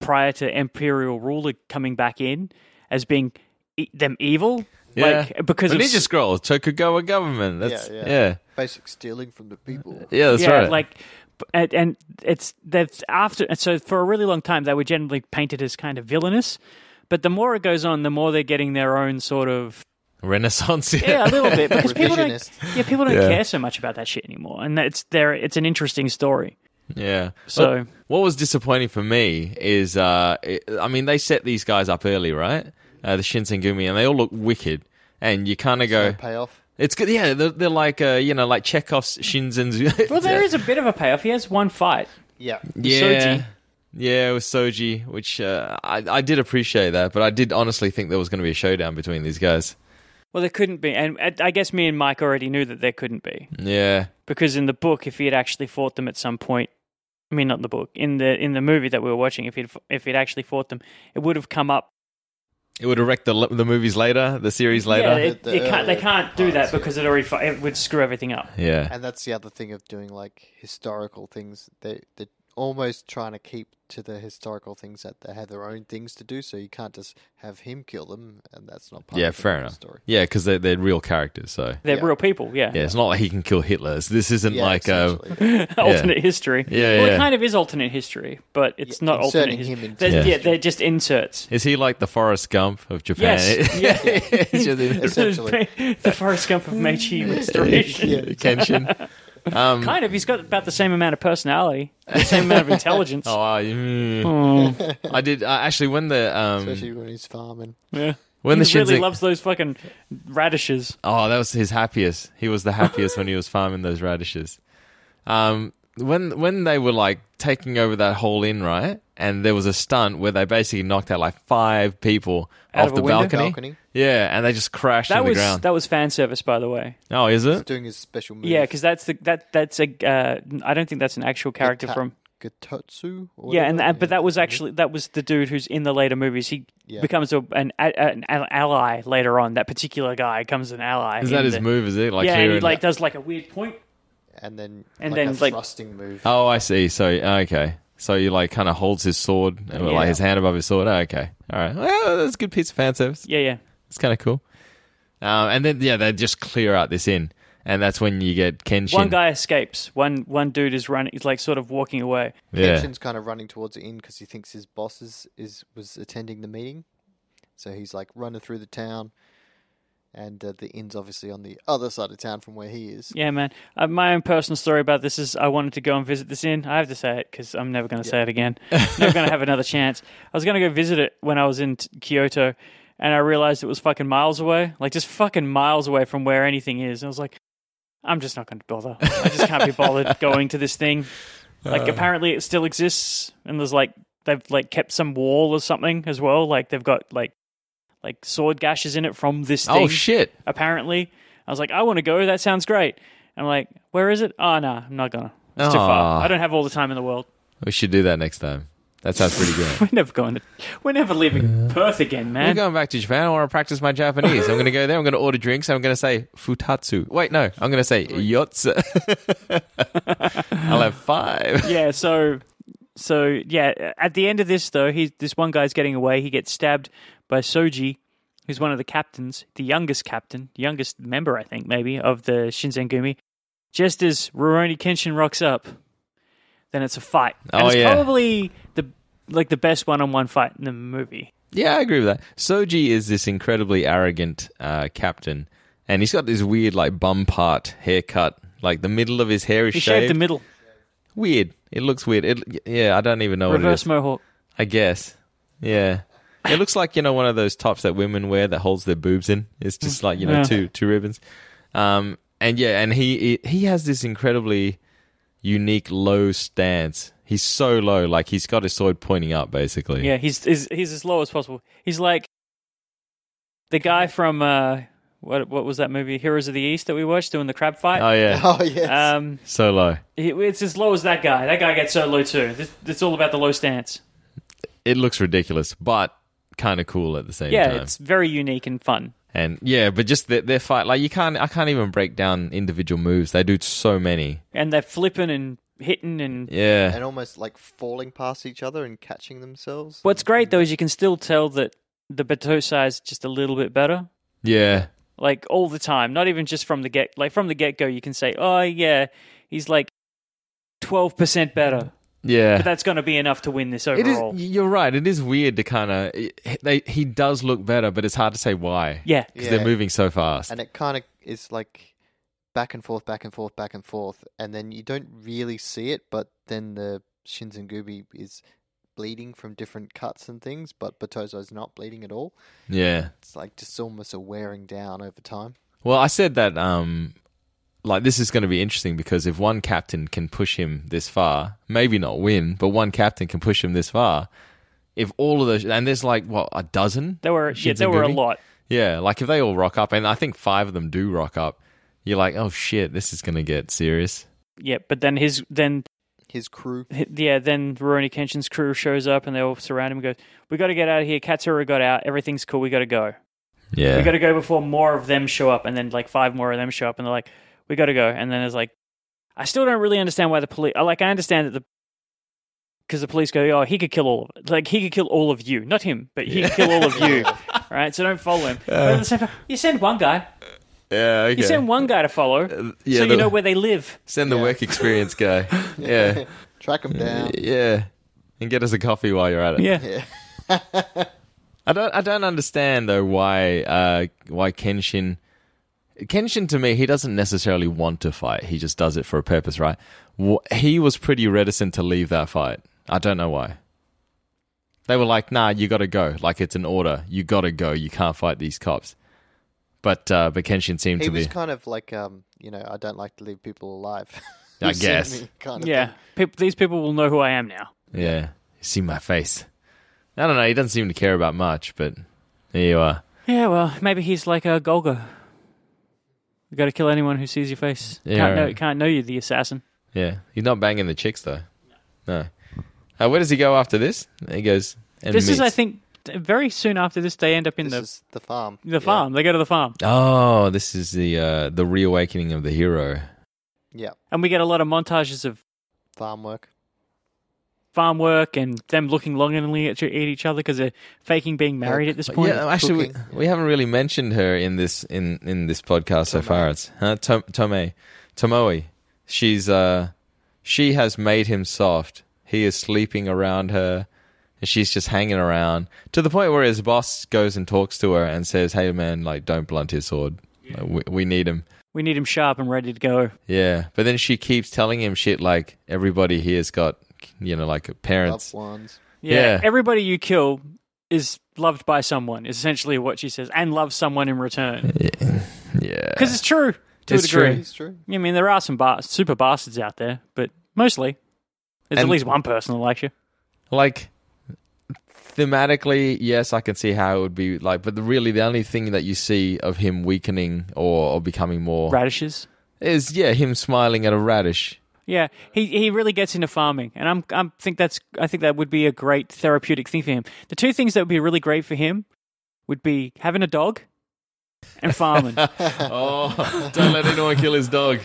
Speaker 3: prior to imperial ruler coming back in as being e- them evil like because
Speaker 4: Well,
Speaker 3: of
Speaker 4: Ninja
Speaker 3: s-
Speaker 4: Scrolls, Tokugawa government. That's yeah,
Speaker 5: Yeah, yeah.
Speaker 4: yeah,
Speaker 5: Basic stealing from the people.
Speaker 4: that's
Speaker 3: yeah,
Speaker 4: right.
Speaker 3: Like, b- and, and it's that's after. And so for a really long time, they were generally painted as kind of villainous. But the more it goes on, the more they're getting their own sort of
Speaker 4: Renaissance.
Speaker 3: yeah, a little bit because people don't
Speaker 5: Revisionist.
Speaker 3: yeah people don't
Speaker 4: Yeah.
Speaker 3: care so much about that shit anymore, and it's there. It's an interesting story.
Speaker 4: Yeah.
Speaker 3: So-
Speaker 4: what, what was disappointing for me is, uh, it, I mean, they set these guys up early, right? Uh, the Shinsengumi, and they all look wicked. And you kind of go,
Speaker 5: No payoff.
Speaker 4: it's good. Yeah, they're, they're like, uh, you know, like Chekhov's Shinsenzu.
Speaker 3: Well, there is a bit of a payoff. He has one fight.
Speaker 5: Yeah.
Speaker 4: yeah.
Speaker 3: Soji.
Speaker 4: Yeah, it was Soji, which uh, I, I did appreciate that, but I did honestly think there was going to be a showdown between these guys.
Speaker 3: Well, there couldn't be, and and I guess me and Mike already knew that there couldn't be
Speaker 4: Yeah.
Speaker 3: because in the book, if he had actually fought them at some point, I mean, not in the book, in the in the movie that we were watching, if he'd if he'd actually fought them, it would have come up
Speaker 4: It would erect the, the movies later, the series
Speaker 3: Yeah,
Speaker 4: later.
Speaker 3: they,
Speaker 5: The- the
Speaker 3: they can't. They
Speaker 5: earlier
Speaker 3: can't do that
Speaker 5: parts, yeah.
Speaker 3: because it already fu- it would screw everything up.
Speaker 4: Yeah.
Speaker 5: And that's the other thing of doing like historical things. They they're almost trying to keep to the historical things that they have their own things to do, so you can't just have him kill them and that's not part
Speaker 4: Yeah,
Speaker 5: of the
Speaker 4: fair enough.
Speaker 5: story.
Speaker 4: Yeah, because they're, they're real characters, so.
Speaker 3: They're
Speaker 5: Yeah.
Speaker 3: real people. Yeah,
Speaker 4: Yeah, it's not like he can kill Hitler. It's- This isn't
Speaker 5: Yeah,
Speaker 4: like uh, a.
Speaker 5: essentially.
Speaker 3: alternate history.
Speaker 4: Yeah,
Speaker 3: well,
Speaker 4: yeah.
Speaker 3: it kind of is alternate history, but it's
Speaker 5: Yeah,
Speaker 3: not alternate
Speaker 5: inserting him
Speaker 3: history.
Speaker 5: into
Speaker 3: They're,
Speaker 4: history.
Speaker 3: yeah, they're just inserts.
Speaker 4: Is he like the Forrest Gump of Japan?
Speaker 3: Yes.
Speaker 4: It's just-
Speaker 5: Essentially.
Speaker 3: the Forrest Gump of Meiji restoration.
Speaker 4: Kenshin. Um,
Speaker 3: Kind of. He's got about the same amount of personality, the same amount of intelligence.
Speaker 4: Oh, I, mm.
Speaker 3: Hmm.
Speaker 4: I did uh, actually when the
Speaker 5: especially
Speaker 4: um,
Speaker 5: when he's farming.
Speaker 3: yeah.
Speaker 4: when
Speaker 3: he
Speaker 4: the
Speaker 3: really
Speaker 4: Shinzik-
Speaker 3: loves those fucking radishes.
Speaker 4: oh that was his happiest. He was the happiest when he was farming those radishes. Um, when when they were like taking over that whole inn, right? And there was a stunt where they basically knocked out like five people
Speaker 3: Out
Speaker 4: off
Speaker 3: of a
Speaker 4: the
Speaker 3: window?
Speaker 4: balcony.
Speaker 5: Balcony.
Speaker 4: Yeah, and they just crashed
Speaker 3: That
Speaker 4: on the
Speaker 3: was
Speaker 4: ground.
Speaker 3: that was fan service, by the way.
Speaker 4: oh, is
Speaker 5: He's
Speaker 4: it?
Speaker 5: doing his special move.
Speaker 3: Yeah, because that's the that that's a. Uh, I don't think that's an actual character
Speaker 5: Ta-
Speaker 3: from.
Speaker 5: Gatetsu. or
Speaker 3: Yeah, and
Speaker 5: whatever?
Speaker 3: and- but that was
Speaker 5: Gatetsu.
Speaker 3: actually that was the dude who's in the later movies. He
Speaker 5: Yeah.
Speaker 3: becomes a, an a- an ally later on. That particular guy comes an ally.
Speaker 4: Is that
Speaker 3: in
Speaker 4: his
Speaker 3: the-
Speaker 4: move? Is it like
Speaker 3: yeah,
Speaker 4: here
Speaker 3: and he
Speaker 4: and-
Speaker 3: like does like a weird point.
Speaker 5: and then
Speaker 3: and
Speaker 5: like
Speaker 3: then,
Speaker 5: a
Speaker 3: like-
Speaker 5: thrusting move.
Speaker 4: Oh, I see. So okay, so he like kind of holds his sword, and,
Speaker 3: Yeah.
Speaker 4: like his hand above his sword. Oh, okay, all right. Well, that's a good piece of fan service.
Speaker 3: Yeah, yeah.
Speaker 4: It's kind of cool. Um, and then yeah, they just clear out this inn, and that's when you get Kenshin.
Speaker 3: One guy escapes. One one dude is running. He's like sort of walking away.
Speaker 4: yeah,
Speaker 5: Kenshin's kind of running towards the inn because he thinks his boss is, is was attending the meeting, so he's like running through the town, and uh, the inn's obviously on the other side of town from where he is.
Speaker 3: Yeah, man. Uh, my own personal story about this is I wanted to go and visit this inn. I have to say it because I'm never going to say it again. never going to have another chance. I was going to go visit it when I was in t- Kyoto, and I realized it was fucking miles away, like just fucking miles away from where anything is. I was like, I'm just not going to bother. I just can't be bothered going to this thing. Like apparently it still exists, and there's like they've like kept some wall or something as well. Like they've got like like sword gashes in it from this thing
Speaker 4: Oh shit!
Speaker 3: apparently. I was like, I want to go. That sounds great. I'm like, where is it? Oh, no, I'm not going to. It's too
Speaker 4: Aw.
Speaker 3: far. I don't have all the time in the world.
Speaker 4: We should do that next time. That sounds pretty good.
Speaker 3: We're never going to. We're never leaving Perth again,
Speaker 4: I'm
Speaker 3: man.
Speaker 4: going back to Japan. I want to practice my Japanese. I'm going to go there. I'm going to order drinks. I'm going to say futatsu. Wait, no. I'm going to say yotsu. I'll have five.
Speaker 3: Yeah, so. So yeah, at the end of this though, he's this one guy's getting away. He gets stabbed by Soji, who's one of the captains, the youngest captain, youngest member, I think, maybe of the Shinsengumi. Just as Rurouni Kenshin rocks up, then it's a fight. And
Speaker 4: Oh,
Speaker 3: it's
Speaker 4: yeah.
Speaker 3: probably the like the best one-on-one fight in the movie.
Speaker 4: Yeah, I agree with that. Soji is this incredibly arrogant uh, captain, and he's got this weird, like, bum part haircut. Like, the middle of his hair is
Speaker 3: He
Speaker 4: shaved.
Speaker 3: shaved the middle.
Speaker 4: weird. It looks weird. It, yeah, I don't even know Oh, what it
Speaker 3: Reverse
Speaker 4: is.
Speaker 3: mohawk.
Speaker 4: I guess. Yeah. It looks like, you know, one of those tops that women wear that holds their boobs in. It's just like, you know,
Speaker 3: Yeah.
Speaker 4: two two ribbons. Um and yeah, and he he he has this incredibly unique low stance. He's so low, like he's got his sword pointing up basically.
Speaker 3: Yeah, he's, he's he's as low as possible. He's like the guy from uh, what what was that movie Heroes of the East that we watched doing the crab fight.
Speaker 4: Oh yeah.
Speaker 5: Oh yes,
Speaker 3: Um,
Speaker 4: So low.
Speaker 3: he- it's as low as that guy. That guy gets so low too. This, it's all about the low stance.
Speaker 4: It looks ridiculous, but kind of cool at the same
Speaker 3: Yeah,
Speaker 4: time.
Speaker 3: it's very unique and fun.
Speaker 4: and yeah, but just their, their fight like you can't I can't even break down individual moves. They do so many.
Speaker 3: And they're flipping and hitting and.
Speaker 4: Yeah.
Speaker 5: and almost like falling past each other and catching themselves.
Speaker 3: What's great though is you can still tell that the Batosai is just a little bit better.
Speaker 4: yeah.
Speaker 3: like all the time. Not even just from the get, like from the get go, you can say, "Oh yeah, he's like twelve percent better,"
Speaker 4: Yeah.
Speaker 3: but that's going to be enough to win this overall.
Speaker 4: It is, you're right. It is weird to kind of. They he does look better, but it's hard to say why.
Speaker 3: yeah,
Speaker 4: because they're moving so fast.
Speaker 5: and it kind of is like back and forth, back and forth, back and forth, and then you don't really see it, but then the Shinzengubi is bleeding from different cuts and things, but Batozo's not bleeding at all.
Speaker 4: yeah.
Speaker 5: It's like just almost a wearing down over time.
Speaker 4: Well, I said that. Um, like this is going to be interesting because if one captain can push him this far, maybe not win, but one captain can push him this far. If all of those, and there's like what a dozen.
Speaker 3: there were yeah, there were a
Speaker 4: Shinzengumi?
Speaker 3: lot.
Speaker 4: Yeah, like if they all rock up, and I think five of them do rock up, you're like, oh shit, this is going to get serious.
Speaker 3: Yeah, but then his then
Speaker 5: His crew,
Speaker 3: hi- yeah then Rurouni Kenshin's crew shows up and they all surround him and goes, "We got to get out of here. Katsura got out. Everything's cool. We got to go.
Speaker 4: Yeah.
Speaker 3: We got to go before more of them show up." And then like five more of them show up and they're like, "We got to go." And then it's like, I still don't really understand why the police. Like I understand that the because the police go, oh, he could kill all of like he could kill all of you, not him, but he could kill all of you, right? So don't follow him. but at the same time, you send one guy,
Speaker 4: yeah. Uh. Okay. Uh,
Speaker 3: you send one guy to follow,
Speaker 4: yeah,
Speaker 3: so you
Speaker 4: the-
Speaker 3: know where they live.
Speaker 4: Send the
Speaker 5: Yeah.
Speaker 4: work experience guy. yeah.
Speaker 5: track him down.
Speaker 4: Yeah. And get us a coffee while you're at it.
Speaker 3: Yeah,
Speaker 5: Yeah.
Speaker 4: I don't I don't understand though why uh why Kenshin Kenshin to me, he doesn't necessarily want to fight. He just does it for a purpose, right? Wh- He was pretty reticent to leave that fight. I don't know why. They were like, "Nah, you got to go. Like it's an order. You got to go. You can't fight these cops." But uh, but Kenshin seemed
Speaker 5: He
Speaker 4: to be.
Speaker 5: was kind of like, um, you know, I don't like to leave people alive.
Speaker 4: I
Speaker 5: Who sent
Speaker 4: guess.
Speaker 5: me kind of
Speaker 3: Yeah,
Speaker 5: thing.
Speaker 3: peop these people will know who I am now.
Speaker 4: Yeah. You see my face. I don't know. He doesn't seem to care about much, but there you are.
Speaker 3: Yeah, well, maybe he's like a Golgo. You got to kill anyone who sees your face.
Speaker 4: Yeah,
Speaker 3: can't, know,
Speaker 4: right.
Speaker 3: can't know you, the assassin.
Speaker 4: Yeah. He's not banging the chicks, though. No. Uh, where does he go after this? He goes. And
Speaker 3: this is, I
Speaker 4: meets-
Speaker 3: think, th- very soon after this, they end up in
Speaker 5: This
Speaker 3: the
Speaker 5: is the farm.
Speaker 3: the farm. They go to the farm,
Speaker 4: Oh, this is the uh, the reawakening of the hero.
Speaker 5: Yeah,
Speaker 3: and we get a lot of montages of
Speaker 5: farm work.
Speaker 3: farm work and them looking longingly at, at each other because they're faking being married at this point.
Speaker 4: yeah, actually, we,
Speaker 5: cooking.
Speaker 4: we haven't really mentioned her in this in, in this podcast so far. It's huh? Tom, Tomei, Tomoe. She's uh, she has made him soft. He is sleeping around her, and she's just hanging around to the point where his boss goes and talks to her and says, "Hey, man, like don't blunt his sword. Like, we, we need him."
Speaker 3: We need him sharp and ready to go.
Speaker 4: Yeah, but then she keeps telling him shit like everybody here's got, you know, like parents.
Speaker 5: Loved ones.
Speaker 3: yeah.
Speaker 4: Yeah.
Speaker 3: everybody you kill is loved by someone. Is essentially what she says, and loves someone in return
Speaker 4: Yeah,
Speaker 3: because it's true to
Speaker 4: It's
Speaker 3: a degree.
Speaker 4: true.
Speaker 5: It's true.
Speaker 3: I mean, there are some bas- super bastards out there, but mostly there's at
Speaker 4: And-
Speaker 3: least one person that likes you.
Speaker 4: like thematically yes i can see how it would be like but the, really the only thing that you see of him weakening or, or becoming more
Speaker 3: Radishes.
Speaker 4: is yeah him smiling at a radish
Speaker 3: Yeah, he he really gets into farming, and I'm I'm think that's I think that would be a great therapeutic thing for him. The two things that would be really great for him would be having a dog and farming.
Speaker 4: oh don't let anyone kill his dog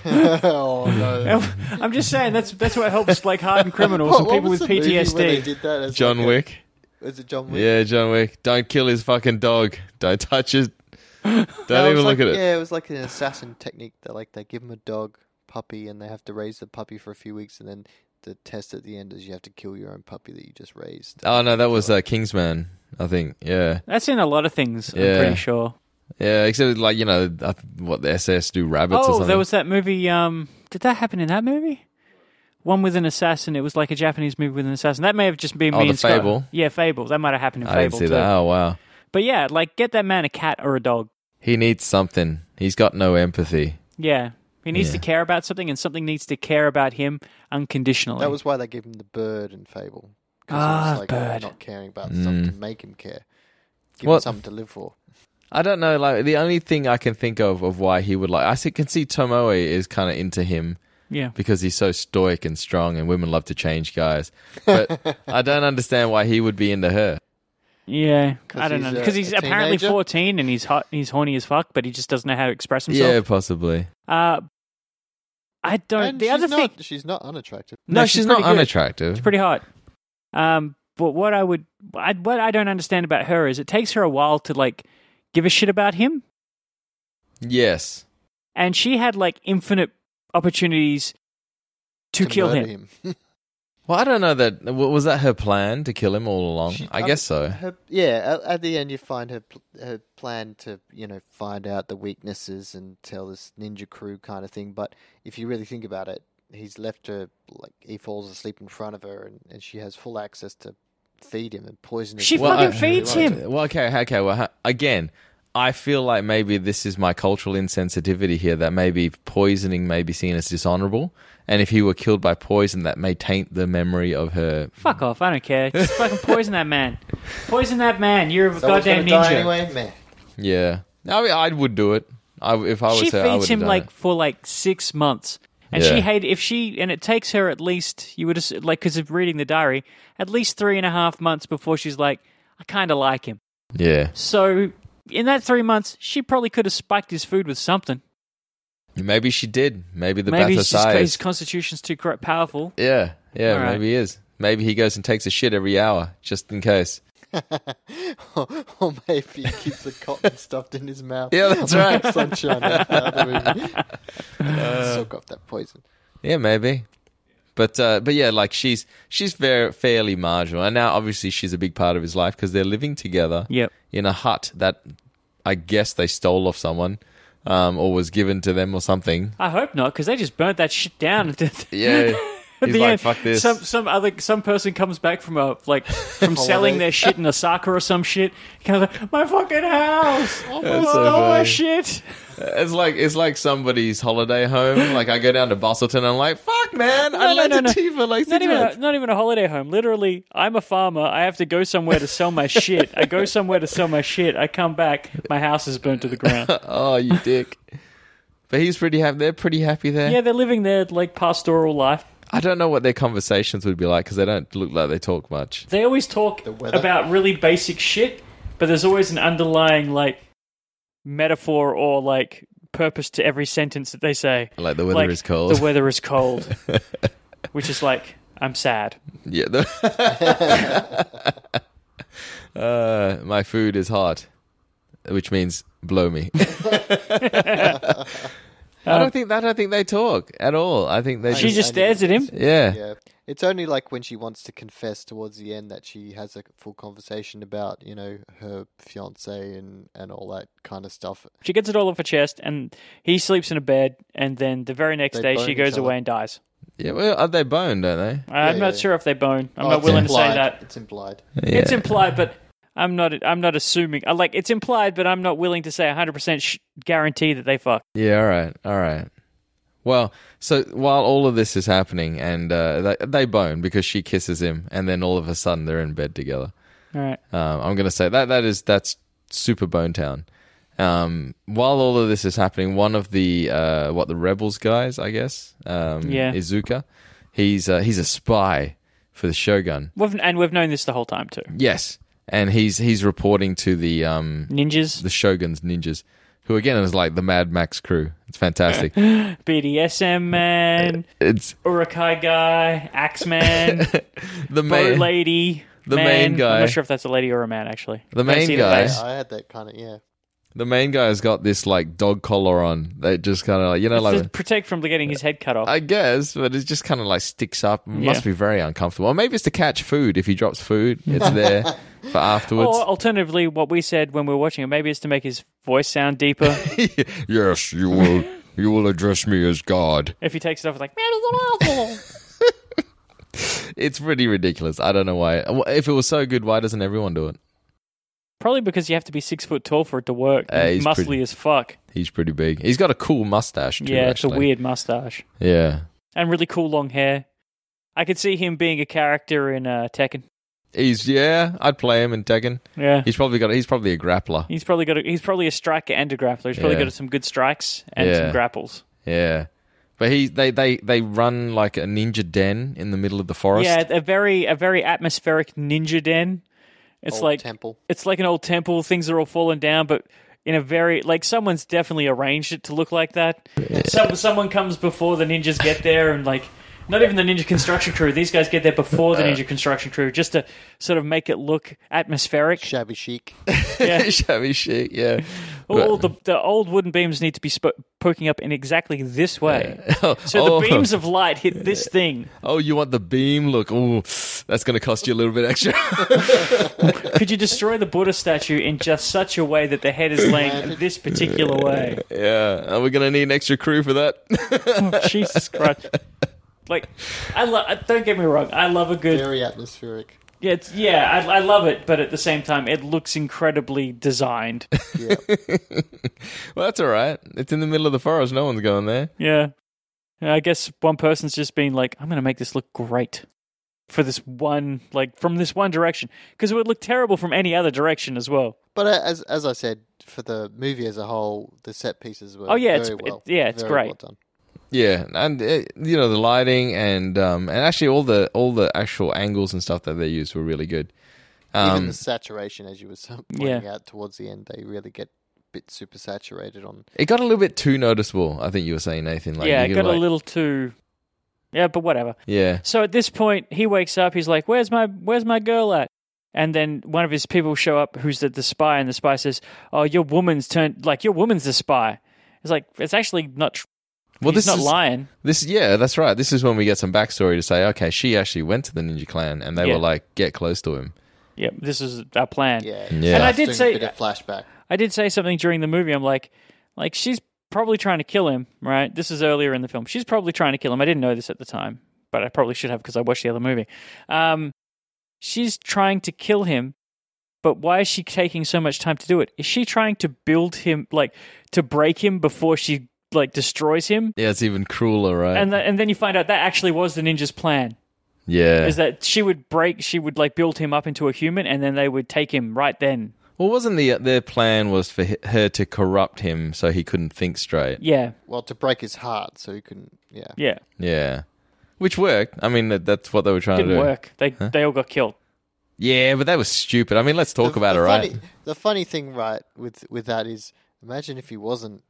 Speaker 5: oh no.
Speaker 3: I'm just saying that's that's what helps like hardened criminals and people
Speaker 5: was
Speaker 3: with
Speaker 5: the movie where they
Speaker 3: PTSD.
Speaker 5: did that as
Speaker 4: john
Speaker 5: like a-
Speaker 4: wick
Speaker 5: Is it John Wick?
Speaker 4: yeah john wick don't kill his fucking dog don't touch it don't
Speaker 5: No, it
Speaker 4: even look
Speaker 5: was like-
Speaker 4: at it
Speaker 5: Yeah, it was like an assassin technique that like they give him a dog puppy and they have to raise the puppy for a few weeks and then the test at the end is you have to kill your own puppy that you just raised.
Speaker 4: oh no that was uh, kingsman i think yeah
Speaker 3: That's in a lot of things. I'm
Speaker 4: Yeah.
Speaker 3: pretty sure.
Speaker 4: yeah except like you know I th- what the ss do rabbits or
Speaker 3: Oh,
Speaker 4: something
Speaker 3: there was that movie. Um, did that happen in that movie? One with an assassin. It was like a Japanese movie with an assassin. That may have just been
Speaker 4: Oh,
Speaker 3: me
Speaker 4: the
Speaker 3: and Scott.
Speaker 4: Fable?
Speaker 3: Yeah, Fable. That might have happened in
Speaker 4: i
Speaker 3: Fable
Speaker 4: didn't see
Speaker 3: too.
Speaker 4: that oh wow
Speaker 3: But yeah, like get that man a cat or a dog.
Speaker 4: He needs something. He's got no empathy.
Speaker 3: Yeah, he needs to
Speaker 4: Yeah.
Speaker 3: care about something, and something needs to care about him unconditionally.
Speaker 5: That was why they gave him the bird in Fable. 'cause
Speaker 3: Ah,
Speaker 5: it was like
Speaker 3: bird. Mm.
Speaker 5: not caring about stuff to make him care. Give him
Speaker 4: What-
Speaker 5: something to live for.
Speaker 4: I don't know. Like the only thing I can think of of why he would like, I see- can see Tomoe is kind of into him
Speaker 3: yeah.
Speaker 4: because he's so stoic and strong, and women love to change guys. But I don't understand why he would be into her.
Speaker 3: Yeah,
Speaker 5: 'Cause
Speaker 3: I don't
Speaker 5: he's
Speaker 3: know
Speaker 5: a-
Speaker 3: because he's
Speaker 5: a
Speaker 3: apparently
Speaker 5: teenager?
Speaker 3: fourteen and he's hot, he's horny as fuck, but he just doesn't know how to express
Speaker 4: Yeah,
Speaker 3: himself.
Speaker 4: possibly.
Speaker 3: Uh, I don't.
Speaker 5: And
Speaker 3: the
Speaker 5: she's
Speaker 3: other
Speaker 5: not,
Speaker 3: thing,
Speaker 5: she's not unattractive.
Speaker 4: No, she's, not
Speaker 3: pretty good.
Speaker 4: unattractive.
Speaker 3: She's pretty hot. Um, but what I would, I, what I don't understand about her is it takes her a while to like give a shit about him,
Speaker 4: yes.
Speaker 3: and she had like infinite opportunities to, kill
Speaker 5: murder
Speaker 3: him.
Speaker 4: Well, I don't know that. w- Was that her plan to kill him all along?
Speaker 5: She-
Speaker 4: I guess so.
Speaker 5: Her, yeah, at, at the end you find her pl- her plan to you know find out the weaknesses and tell this ninja crew kind of thing. But if you really think about it, he's left her like he falls asleep in front of her, and, and she has full access to feed him and poison him.
Speaker 3: She
Speaker 4: Well,
Speaker 3: fucking
Speaker 4: I-
Speaker 3: feeds him.
Speaker 4: Well, okay, okay. Well, ha- again, I feel like maybe this is my cultural insensitivity here that maybe poisoning may be seen as dishonorable, and if he were killed by poison, that may taint the memory of her.
Speaker 3: Fuck off! I don't care. Just fucking poison that man. Poison that man. You're a
Speaker 5: Someone's
Speaker 3: goddamn
Speaker 5: gonna die
Speaker 3: ninja.
Speaker 5: anyway, man.
Speaker 4: Yeah, I mean, I would do it. I, if I was
Speaker 3: she
Speaker 4: her, I would
Speaker 3: feeds him
Speaker 4: done
Speaker 3: like
Speaker 4: it.
Speaker 3: for like six months, and she
Speaker 4: Yeah.
Speaker 3: hate if she and it takes her at least you would ass- like because of reading the diary at least three and a half months before she's like I kind of like him.
Speaker 4: Yeah,
Speaker 3: So in that three months, she probably could have spiked his food with something.
Speaker 4: maybe she did. Maybe the
Speaker 3: Maybe
Speaker 4: bath
Speaker 3: it's just, his
Speaker 4: size.
Speaker 3: constitution's too cor- powerful.
Speaker 4: yeah, yeah.
Speaker 3: All right.
Speaker 4: Maybe he is. Maybe he goes and takes a shit every hour just in case.
Speaker 5: or maybe he keeps the cotton stuffed in his mouth.
Speaker 4: Yeah, that's right. Uh,
Speaker 5: Sunshine. out of the movie. Soak up that poison.
Speaker 4: Yeah, maybe. But uh, but yeah, like she's she's very fairly marginal, and now obviously she's a big part of his life because they're living together
Speaker 3: Yep.
Speaker 4: in a hut that I guess they stole off someone. um, or was given to them or something.
Speaker 3: I hope not, because they just burnt that shit down. at the-
Speaker 4: Yeah.
Speaker 3: at
Speaker 4: He's
Speaker 3: the
Speaker 4: like,
Speaker 3: end.
Speaker 4: fuck this.
Speaker 3: Some some other some person comes back from a like from selling their shit in Osaka or some shit. Kind of like my fucking house. Oh my,
Speaker 4: so
Speaker 3: all my
Speaker 4: funny.
Speaker 3: shit.
Speaker 4: It's like it's like somebody's holiday home. Like I go down to Bustleton and I'm like, fuck man, I lent it to you for like six
Speaker 3: not even
Speaker 4: months.
Speaker 3: a, not even a holiday home. Literally, I'm a farmer. I have to go somewhere to sell my shit. I go somewhere to sell my shit. I come back, my house is burnt to the ground.
Speaker 4: Oh, you dick. But he's pretty happy. They're pretty happy there.
Speaker 3: yeah, they're living their like pastoral life.
Speaker 4: I don't know what their conversations would be like because they don't look like they talk much.
Speaker 3: They always talk
Speaker 5: weather.
Speaker 3: about really basic shit, but there's always an underlying like metaphor or like purpose to every sentence that they say.
Speaker 4: Like the weather
Speaker 3: Like,
Speaker 4: is cold.
Speaker 3: The weather is cold, which is like I'm sad.
Speaker 4: yeah. the- uh, my food is hot, which means blow me. I don't think I don't think they talk at all. I think they
Speaker 3: Um, She
Speaker 4: just,
Speaker 3: just stares at him.
Speaker 4: yeah.
Speaker 5: Yeah. It's only like when she wants to confess towards the end that she has a full conversation about, you know, her fiance and, and all that kind of stuff.
Speaker 3: She gets it all off her chest, and he sleeps in a bed. And then the very next
Speaker 5: They
Speaker 3: day,
Speaker 5: bone
Speaker 3: she
Speaker 5: each
Speaker 3: goes
Speaker 5: other.
Speaker 3: away and dies.
Speaker 4: Yeah, well, are they bone? Don't they?
Speaker 3: I'm
Speaker 5: Yeah,
Speaker 3: not
Speaker 5: yeah.
Speaker 3: sure if they bone. I'm
Speaker 5: Oh,
Speaker 3: not
Speaker 5: it's
Speaker 3: willing to say
Speaker 5: implied.
Speaker 3: that.
Speaker 5: It's implied.
Speaker 4: Yeah.
Speaker 3: It's implied, but I'm not. I'm not assuming. I like it's implied, but I'm not willing to say 100 percent sh- guarantee that they fuck.
Speaker 4: Yeah, all right, all right. Well, so while all of this is happening, and uh, they, they bone because she kisses him, and then all of a sudden they're in bed together.
Speaker 3: All right.
Speaker 4: Um, I'm gonna say that that is that's super Bone Town. Um, while all of this is happening, one of the uh, what the rebels guys, I guess, um,
Speaker 3: Yeah.
Speaker 4: Izuka, he's uh, he's a spy for the Shogun.
Speaker 3: We've, and we've known this the whole time too.
Speaker 4: Yes, and he's he's reporting to the um,
Speaker 3: Ninjas,
Speaker 4: the Shogun's ninjas, who again is like the Mad Max crew. It's fantastic.
Speaker 3: BDSM man,
Speaker 4: it's
Speaker 3: Urukai guy, Axeman, Bow
Speaker 4: the main
Speaker 3: lady,
Speaker 4: the
Speaker 3: man.
Speaker 4: main guy.
Speaker 3: I'm not sure if that's a lady or a man actually.
Speaker 4: The
Speaker 3: Can't
Speaker 4: main
Speaker 3: see
Speaker 4: guy.
Speaker 3: face.
Speaker 5: I had that kind of, yeah.
Speaker 4: the main guy has got this like dog collar on. They just kind of like you know like
Speaker 3: to protect from getting his head cut off.
Speaker 4: I guess, but it just kind of like sticks up. It Must
Speaker 3: Yeah.
Speaker 4: be very uncomfortable. Or maybe it's to catch food. If he drops food, it's there for afterwards.
Speaker 3: or alternatively, what we said when we were watching it, maybe it's to make his voice sound deeper.
Speaker 4: yes, you will. You will address me as God.
Speaker 3: if he takes it off, it's like,
Speaker 4: It's pretty ridiculous. I don't know why. If it was so good, why doesn't everyone do it?
Speaker 3: Probably because you have to be six foot tall for it to work.
Speaker 4: Uh, he's
Speaker 3: muscly
Speaker 4: pretty-
Speaker 3: as fuck.
Speaker 4: He's pretty big. He's got a cool mustache too.
Speaker 3: yeah, it's a
Speaker 4: actually.
Speaker 3: weird mustache
Speaker 4: Yeah,
Speaker 3: and really cool long hair. I could see him being a character in uh, Tekken.
Speaker 4: he's yeah. I'd play him in Tekken.
Speaker 3: Yeah,
Speaker 4: He's probably got. He's probably a grappler.
Speaker 3: he's probably got. A, he's probably a striker and a grappler. He's probably
Speaker 4: Yeah.
Speaker 3: got some good strikes and some
Speaker 4: Yeah.
Speaker 3: grapples.
Speaker 4: Yeah, but he they they they run like a ninja den in the middle of the forest.
Speaker 3: Yeah, a very a very atmospheric ninja den. It's
Speaker 5: Old
Speaker 3: like
Speaker 5: temple.
Speaker 3: it's like an old temple. Things are all falling down, but in a very like someone's definitely arranged it to look like that. Some, someone comes before the ninjas get there, and like not even the ninja construction crew. These guys get there before the ninja construction crew, just to sort of make it look atmospheric.
Speaker 5: Shabby chic.
Speaker 3: Yeah.
Speaker 4: shabby chic. Yeah.
Speaker 3: All the the old wooden beams need to be sp- poking up in exactly this way. So
Speaker 4: Oh.
Speaker 3: the beams of light hit this thing.
Speaker 4: Oh, you want the beam look? Oh, that's going to cost you a little bit extra.
Speaker 3: Could you destroy the Buddha statue in just such a way that the head is laying this particular way? Oh,
Speaker 4: yeah, are we going to need an extra crew for that?
Speaker 3: Jesus Christ. Like, I love. Don't get me wrong. I love a good.
Speaker 5: Very atmospheric.
Speaker 3: Yeah, it's, yeah. I, I love it, but at the same time, it looks incredibly designed.
Speaker 5: Yeah.
Speaker 4: well, that's all right. It's in the middle of the forest. No one's going there.
Speaker 3: Yeah. And I guess one person's just been like, "I'm going to make this look great for this one, like from this one direction, because it would look terrible from any other direction as well."
Speaker 5: But uh, as as I said, for the movie as a whole, the set pieces were
Speaker 3: Oh, yeah, it's-
Speaker 5: very
Speaker 3: it-
Speaker 5: well,
Speaker 3: yeah, it's
Speaker 5: very
Speaker 3: great.
Speaker 5: well done.
Speaker 4: Yeah, and uh you know the lighting and um and actually all the all the actual angles and stuff that they used were really good.
Speaker 5: Even
Speaker 4: Um,
Speaker 5: the saturation, as you were so-
Speaker 3: Yeah.
Speaker 5: pointing out towards the end, they really get a bit super saturated on.
Speaker 4: it got a little bit too noticeable. I think you were saying Nathan. Like,
Speaker 3: yeah,
Speaker 4: you
Speaker 3: it
Speaker 4: could,
Speaker 3: got a
Speaker 4: like-
Speaker 3: little too. Yeah, but whatever.
Speaker 4: Yeah,
Speaker 3: So at this point, he wakes up. He's like, "Where's my Where's my girl at?" And then one of his people show up, who's the, the spy, and the spy says, "Oh, your woman's turned like your woman's the spy." It's like it's actually not. Tr-
Speaker 4: Well,
Speaker 3: he's
Speaker 4: this
Speaker 3: not
Speaker 4: is-
Speaker 3: lying.
Speaker 4: This yeah, that's right. This is when we get some backstory to say, okay, she actually went to the ninja clan, and they
Speaker 3: Yeah.
Speaker 4: were like, get close to him.
Speaker 3: Yeah, this is our plan.
Speaker 5: Yeah,
Speaker 4: Yeah. And
Speaker 3: I did
Speaker 5: doing
Speaker 3: say-
Speaker 5: a bit of flashback.
Speaker 3: I did say something during the movie. I'm like, like she's probably trying to kill him, right? This is earlier in the film. She's probably trying to kill him. I didn't know this at the time, but I probably should have because I watched the other movie. Um, she's trying to kill him, but why is she taking so much time to do it? Is she trying to build him, like, to break him before she, like, destroys him?
Speaker 4: Yeah, it's even crueler, right?
Speaker 3: And, th- and then you find out that actually was the ninja's plan.
Speaker 4: yeah.
Speaker 3: Is that she would break, she would, like, build him up into a human, and then they would take him right then.
Speaker 4: well, wasn't the their plan was for h- her to corrupt him so he couldn't think straight?
Speaker 3: Yeah,
Speaker 5: Well, to break his heart so he couldn't. Yeah.
Speaker 3: yeah.
Speaker 4: Yeah. Which worked. I mean, that, that's what they were trying to
Speaker 3: Didn't
Speaker 4: do.
Speaker 3: work. They, they all got killed.
Speaker 4: Yeah, but that was stupid. I mean, let's talk
Speaker 5: The-
Speaker 4: about
Speaker 5: the
Speaker 4: it, right?
Speaker 5: Funny, the funny thing, right, with with that is, imagine if he wasn't,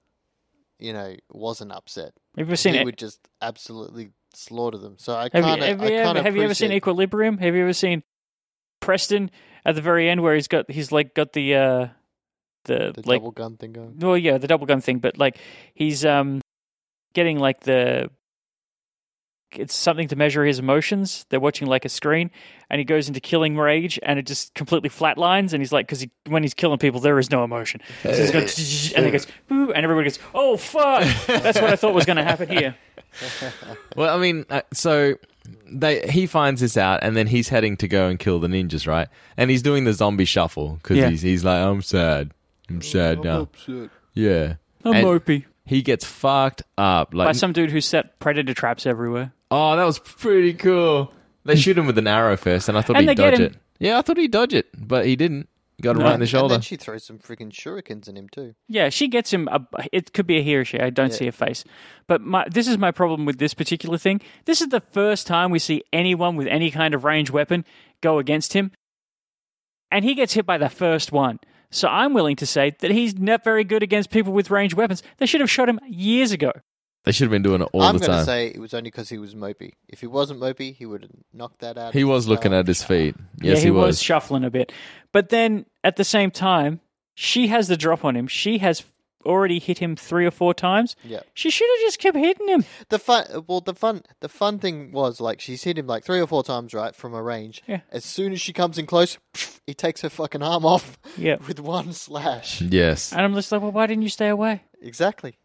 Speaker 5: you know, wasn't upset.
Speaker 3: Have you ever seen
Speaker 5: he
Speaker 3: it?
Speaker 5: would just absolutely slaughter them. So I
Speaker 3: Have
Speaker 5: kind
Speaker 3: you,
Speaker 5: of.
Speaker 3: have, you ever, have you ever seen Equilibrium? Have you ever seen Preston at the very end where he's got he's like got the uh the,
Speaker 5: the
Speaker 3: like
Speaker 5: double gun thing going?
Speaker 3: well yeah the double gun thing, but like he's um getting like the it's something to measure his emotions. They're watching like a screen, and he goes into killing rage, and it just completely flatlines. And he's like, because he, when he's killing people, there is no emotion. So he's going, and he goes, "Boo," and everybody goes, "Oh fuck!" That's what I thought was going to happen here.
Speaker 4: Well, I mean, uh, so they he finds this out, and then he's heading to go and kill the ninjas, right? And he's doing the zombie shuffle because
Speaker 3: Yeah.
Speaker 4: he's he's like, I'm sad,
Speaker 5: Oh,
Speaker 4: I'm sad now, yeah.
Speaker 3: I'm
Speaker 4: And
Speaker 3: mopey
Speaker 4: He gets fucked up.
Speaker 3: by
Speaker 4: Like,
Speaker 3: some dude who set predator traps everywhere.
Speaker 4: oh, that was pretty cool. They shoot him with an arrow first, and I thought
Speaker 3: And
Speaker 4: he'd
Speaker 3: they get
Speaker 4: dodge
Speaker 3: him.
Speaker 4: it. Yeah, I thought he'd dodge it, but he didn't. Got him right in the
Speaker 5: And
Speaker 4: shoulder.
Speaker 5: then she throws some freaking shurikens at him too.
Speaker 3: Yeah, she gets him. A, it could be a he or she. I don't see a face. But my, this is my problem with this particular thing. This is the first time we see anyone with any kind of range weapon go against him, and he gets hit by the first one. So I'm willing to say that he's not very good against people with range weapons. They should have shot him years ago.
Speaker 4: they should have been doing it all
Speaker 5: I'm
Speaker 4: the
Speaker 5: going to
Speaker 4: time.
Speaker 5: say it was only because he was mopey. If he wasn't mopey, he would have knocked that out.
Speaker 4: he was looking at his feet. Yes,
Speaker 3: yeah, he,
Speaker 4: he
Speaker 3: was.
Speaker 4: was.
Speaker 3: shuffling a bit. But then at the same time, she has the drop on him. She has already hit him three or four times.
Speaker 5: Yeah.
Speaker 3: She should have just kept hitting him.
Speaker 5: The fun, well, the fun, the fun thing was like she's hit him like three or four times, right, from a range.
Speaker 3: Yeah.
Speaker 5: As soon as she comes in close, pff, he takes her fucking arm off.
Speaker 3: Yeah.
Speaker 5: With one slash.
Speaker 4: Yes.
Speaker 3: And I'm just like, well, why didn't you stay away?
Speaker 5: Exactly.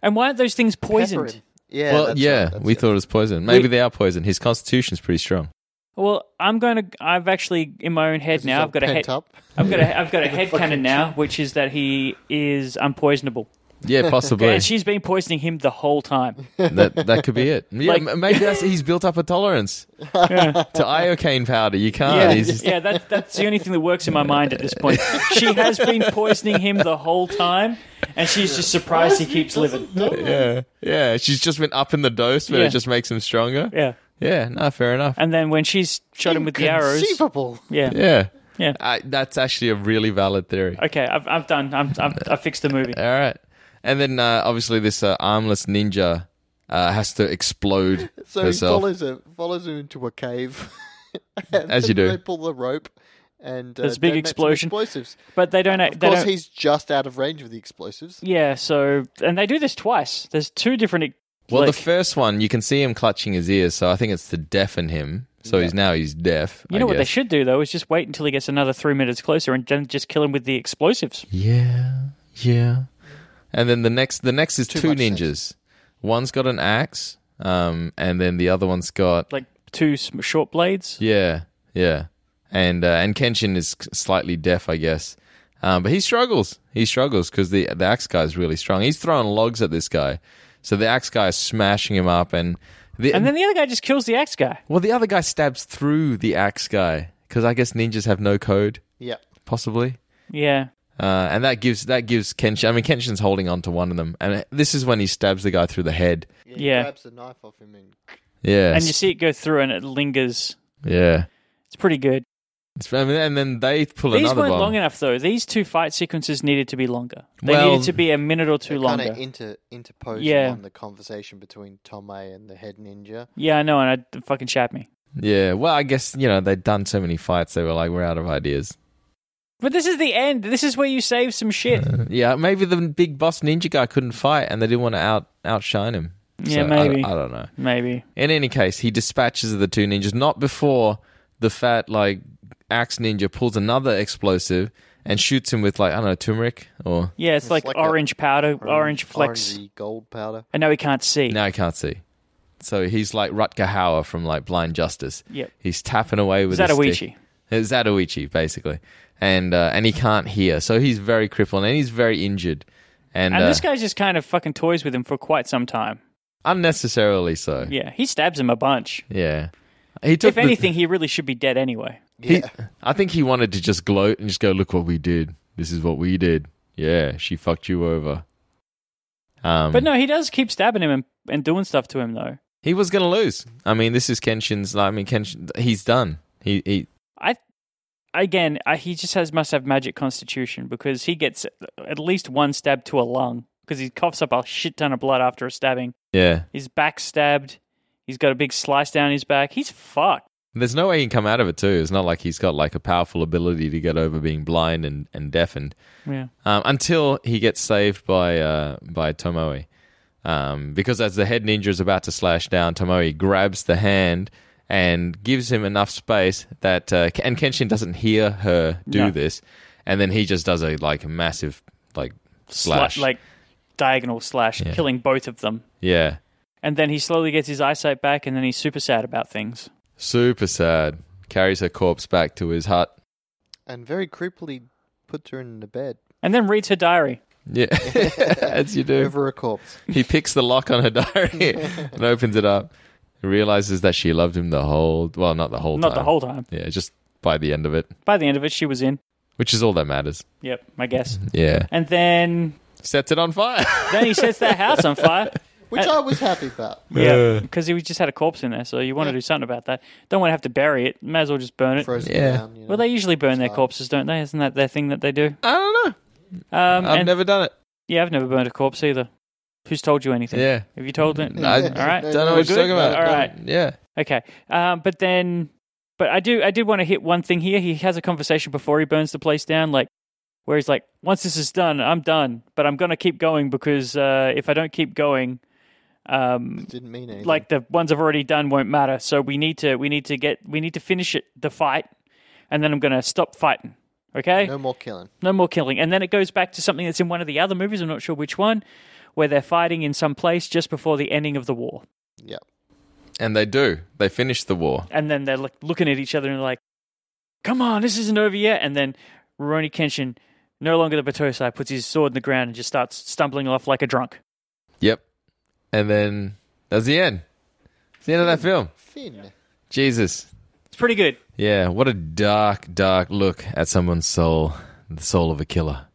Speaker 3: And why aren't those things
Speaker 5: Pepper
Speaker 3: poisoned?
Speaker 5: him. Yeah.
Speaker 4: well,
Speaker 5: that's
Speaker 4: yeah,
Speaker 5: right, that's
Speaker 4: we
Speaker 5: it.
Speaker 4: thought it was poison. Maybe
Speaker 3: We-
Speaker 4: they are poison. His constitution's pretty strong.
Speaker 3: Well, I'm going to. I've actually in my own head
Speaker 5: He's all
Speaker 3: now. I've got a
Speaker 5: pent
Speaker 3: head.
Speaker 5: up.
Speaker 3: I've got a. I've got a head cannon now, which is that he is unpoisonable,
Speaker 4: Yeah, possibly.
Speaker 3: and she's been poisoning him the whole time.
Speaker 4: that that could be it. Yeah,
Speaker 3: Like-
Speaker 4: m- maybe that's, he's built up a tolerance to iocane powder. You can't.
Speaker 3: Yeah,
Speaker 4: Oh, He's just-
Speaker 3: yeah. That, that's the only thing that works in my mind at this point. She has been poisoning him the whole time, and she's just surprised he keeps living.
Speaker 4: yeah, yeah. She's just been up in the dose, but
Speaker 3: Yeah.
Speaker 4: it just makes him stronger.
Speaker 3: Yeah,
Speaker 4: Yeah, no, fair enough.
Speaker 3: and then when she's shot him with the arrows,
Speaker 5: Conceivable.
Speaker 3: yeah.
Speaker 4: Yeah,
Speaker 3: Yeah.
Speaker 4: I, that's actually a really valid theory.
Speaker 3: Okay, I've, I've done. I'm, I've, I fixed the movie.
Speaker 4: All right, and then uh, obviously this uh, armless ninja uh, has to explode
Speaker 5: So he
Speaker 4: herself.
Speaker 5: follows her, follows her into a cave. And
Speaker 4: As you
Speaker 5: then
Speaker 4: do.
Speaker 5: They pull the rope, and uh,
Speaker 3: There's a big
Speaker 5: detonates some
Speaker 3: explosion.
Speaker 5: Explosives.
Speaker 3: But they don't.
Speaker 5: Of
Speaker 3: they
Speaker 5: course,
Speaker 3: don't,
Speaker 5: he's just out of range of the explosives.
Speaker 3: Yeah, so and they do this twice. There's two different.
Speaker 4: Well,
Speaker 3: like,
Speaker 4: the first one you can see him clutching his ears, so I think it's to deafen him. So he's now he's deaf.
Speaker 3: you
Speaker 4: I
Speaker 3: know what they
Speaker 4: guess.
Speaker 3: should do though is just wait until he gets another three minutes closer and then just kill him with the explosives.
Speaker 4: Yeah, yeah. And then the next, the next is two
Speaker 5: much
Speaker 4: ninjas. One's got an axe, um, and then the other one's got
Speaker 3: Like two s- short blades.
Speaker 4: yeah, yeah. And uh, and Kenshin is slightly deaf, I guess. Um, but he struggles. He struggles because the the axe guy is really strong. He's throwing logs at this guy, so the axe guy is smashing him up, and the,
Speaker 3: And then the other guy just kills the axe guy.
Speaker 4: well, the other guy stabs through the axe guy because I guess ninjas have no code,
Speaker 5: Yeah.
Speaker 4: possibly.
Speaker 3: Yeah.
Speaker 4: Uh, and that gives that gives Kenshin. I mean, Kenshin's holding on to one of them, and this is when he stabs the guy through the head.
Speaker 5: Yeah. He
Speaker 3: Yeah.
Speaker 5: grabs the knife off him and
Speaker 4: Yeah,
Speaker 3: And you see it go through and it lingers.
Speaker 4: yeah.
Speaker 3: It's pretty good.
Speaker 4: It's- I mean, and then they pull
Speaker 3: These
Speaker 4: another
Speaker 3: weren't
Speaker 4: bomb.
Speaker 3: long enough though. These two fight sequences needed to be longer. They
Speaker 4: Well-
Speaker 3: needed to be a minute or two
Speaker 5: kind
Speaker 3: longer.
Speaker 5: of inter interpose
Speaker 3: Yeah.
Speaker 5: on the conversation between Tomei and the head ninja.
Speaker 3: yeah, I know, and I it fucking shat me.
Speaker 4: yeah. Well, I guess you know they'd done so many fights, they were like, we're out of ideas.
Speaker 3: But this is the end. This is where you save some shit.
Speaker 4: Yeah, maybe the big boss ninja guy couldn't fight, and they didn't want to out outshine him.
Speaker 3: Yeah,
Speaker 4: So, I-
Speaker 3: maybe.
Speaker 4: I, don't know.
Speaker 3: Maybe.
Speaker 4: In any case, he dispatches the two ninjas not before the fat like axe ninja pulls another explosive. and shoots him with like I don't know turmeric or
Speaker 3: Yeah, it's,
Speaker 5: It's
Speaker 3: like,
Speaker 5: like a-
Speaker 3: orange powder, orange flecks,
Speaker 5: orangey gold powder.
Speaker 3: and now he can't see.
Speaker 4: now I can't see. So he's like Rutger Hauer from like Blind Justice.
Speaker 3: Yep.
Speaker 4: He's tapping away with
Speaker 3: Zatoichi.
Speaker 4: His stick. It's Zatoichi basically, and uh, and he can't hear, so he's very crippled and he's very injured, and,
Speaker 3: And
Speaker 4: uh,
Speaker 3: this guy just kind of fucking toys with him for quite some time.
Speaker 4: unnecessarily so.
Speaker 3: Yeah, he stabs him a bunch.
Speaker 4: Yeah. He took
Speaker 3: If
Speaker 4: the-
Speaker 3: anything, he really should be dead anyway.
Speaker 4: He, I think he wanted to just gloat and just go, look what we did. This is what we did. Yeah, she fucked you over. Um,
Speaker 3: But no, he does keep stabbing him and, and doing stuff to him though.
Speaker 4: he was gonna lose. I mean, this is Kenshin's. I mean, Kenshin, he's done. He, he
Speaker 3: I again, I, he just has must have magic constitution because he gets at least one stab to a lung because he coughs up a shit ton of blood after a stabbing.
Speaker 4: yeah.
Speaker 3: His back stabbed. He's got a big slice down his back. He's fucked.
Speaker 4: There's no way he can come out of it too. It's not like he's got like a powerful ability to get over being blind and and deafened.
Speaker 3: Yeah.
Speaker 4: um, until he gets saved by uh, by Tomoe. Um, because as the head ninja is about to slash down, Tomoe grabs the hand and gives him enough space that uh, and Kenshin doesn't hear her do
Speaker 3: No.
Speaker 4: this, and then he just does a like massive like slash,
Speaker 3: Sli- like diagonal slash, killing both of them.
Speaker 4: yeah,
Speaker 3: And then he slowly gets his eyesight back, and then he's super sad about things.
Speaker 4: super sad. Carries her corpse back to his hut.
Speaker 5: And very creepily puts her in the bed
Speaker 3: And then reads her diary.
Speaker 4: Yeah, as you do.
Speaker 5: over a corpse.
Speaker 4: He picks the lock on her diary and opens it up. Realizes that she loved him the whole well, not the whole
Speaker 3: Not
Speaker 4: time.
Speaker 3: the whole time.
Speaker 4: Yeah, just by the end of it,
Speaker 3: By the end of it, she was in.
Speaker 4: which is all that matters.
Speaker 3: Yep, my guess.
Speaker 4: Yeah.
Speaker 3: And then
Speaker 4: Sets it on fire.
Speaker 3: then he sets that house on fire.
Speaker 5: Which
Speaker 3: Uh,
Speaker 5: I was happy about.
Speaker 3: Yeah, because he just had a corpse in there, so you want to
Speaker 5: Yeah.
Speaker 3: do something about that. Don't want to have to bury it. May as well just burn it.
Speaker 5: Frozen
Speaker 4: Yeah.
Speaker 5: down, you know.
Speaker 3: Well, they usually burn their corpses, don't they? Isn't that their thing that they do?
Speaker 4: I don't know.
Speaker 3: Um,
Speaker 4: I've
Speaker 3: and-
Speaker 4: never done it.
Speaker 3: Yeah, I've never burned a corpse either. Who's told you anything?
Speaker 4: Yeah.
Speaker 3: Have you told it?
Speaker 4: I
Speaker 3: All right.
Speaker 5: No,
Speaker 4: don't know
Speaker 5: no,
Speaker 4: what you're
Speaker 5: good.
Speaker 4: talking about.
Speaker 5: No,
Speaker 3: All
Speaker 5: no.
Speaker 3: right.
Speaker 4: Yeah.
Speaker 3: Okay. Um, but then, but I do, I did want to hit one thing here. He has a conversation before he burns the place down, like where he's like, "Once this is done, I'm done, but I'm gonna keep going because uh, if I don't keep going, um,
Speaker 5: Didn't mean anything.
Speaker 3: like the ones I've already done won't matter. So we need to, we need to get, we need to finish it, the fight, and then I'm gonna stop fighting. Okay.
Speaker 5: no more killing.
Speaker 3: No more killing. And then it goes back to something that's in one of the other movies, I'm not sure which one, where they're fighting in some place just before the ending of the war.
Speaker 5: Yep.
Speaker 4: And they do. They finish the war.
Speaker 3: And then they're like, looking at each other and they're like, come on, this isn't over yet. And then Roroni Kenshin, no longer the Batosai, puts his sword in the ground and just starts stumbling off like a drunk.
Speaker 4: Yep. And then that's the end. It's the end of that film.
Speaker 5: Finn.
Speaker 4: Jesus.
Speaker 3: It's pretty good.
Speaker 4: Yeah. What a dark, dark look at someone's soul. The soul of a killer.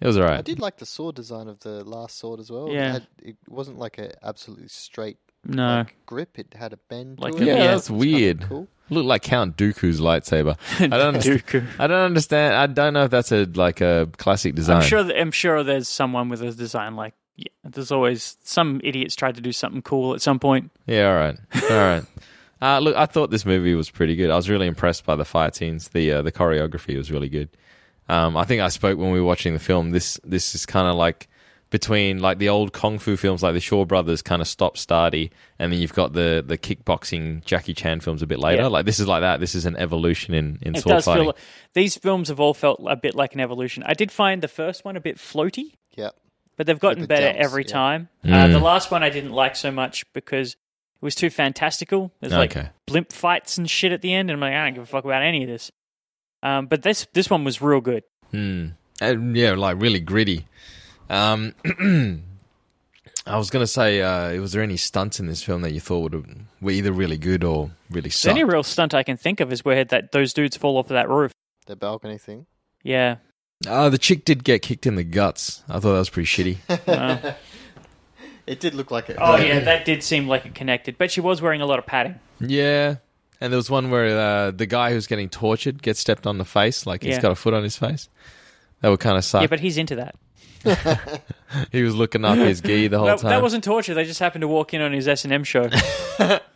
Speaker 4: It was all
Speaker 5: I
Speaker 4: right.
Speaker 5: did like the sword design of the last sword as well.
Speaker 3: Yeah.
Speaker 5: It, had, it wasn't like a absolutely straight
Speaker 3: No.
Speaker 5: like, grip. It had a bend
Speaker 3: Like
Speaker 5: to
Speaker 3: a-
Speaker 5: it.
Speaker 4: Yeah,
Speaker 3: Yeah.
Speaker 4: that's weird.
Speaker 5: cool.
Speaker 4: Looked like Count Dooku's lightsaber. I don't understand. I don't understand. I don't know if that's a like a classic design.
Speaker 3: I'm sure. That, I'm sure there's someone with a design like. Yeah, there's always some idiots tried to do something cool at some point.
Speaker 4: Yeah, all right, all right. Uh, look, I thought this movie was pretty good. I was really impressed by the fight scenes. the uh, The choreography was really good. Um, I think I spoke when we were watching the film. This this is kind of like between like the old kung fu films, like the Shaw Brothers, kind of stop starty, and then you've got the the kickboxing Jackie Chan films a bit later.
Speaker 3: Yeah.
Speaker 4: Like this is like that. This is an evolution in in
Speaker 3: It
Speaker 4: sword
Speaker 3: does
Speaker 4: fighting.
Speaker 3: feel these films have all felt a bit like an evolution. I did find the first one a bit floaty,
Speaker 5: Yep.
Speaker 3: but they've gotten
Speaker 5: the
Speaker 3: better
Speaker 5: jumps,
Speaker 3: every
Speaker 5: yeah.
Speaker 3: time.
Speaker 4: Mm.
Speaker 3: Uh, the last one I didn't like so much because it was too fantastical. There's
Speaker 4: Okay.
Speaker 3: like blimp fights and shit at the end, and I'm like, I don't give a fuck about any of this. Um, but this this one was real good.
Speaker 4: Mm. And yeah, like really gritty. Um, I was gonna say, uh, was there any stunts in this film that you thought would have, were either really good or really
Speaker 3: The
Speaker 4: sucked?
Speaker 3: only real stunt I can think of is where that those dudes fall off of that roof.
Speaker 5: The balcony thing.
Speaker 3: Yeah,
Speaker 4: uh, the chick did get kicked in the guts. I thought that was pretty shitty.
Speaker 5: It did look like it.
Speaker 3: Oh yeah, that did seem like it connected, but she was wearing a lot of padding.
Speaker 4: yeah, and there was one where uh, the guy who's getting tortured gets stepped on the face, like he's
Speaker 3: Yeah.
Speaker 4: got a foot on his face. That would kind of suck.
Speaker 3: Yeah, but he's into that.
Speaker 4: he was looking up his gi the whole
Speaker 3: That,
Speaker 4: time.
Speaker 3: that wasn't torture. They just happened to walk in on his S and M show.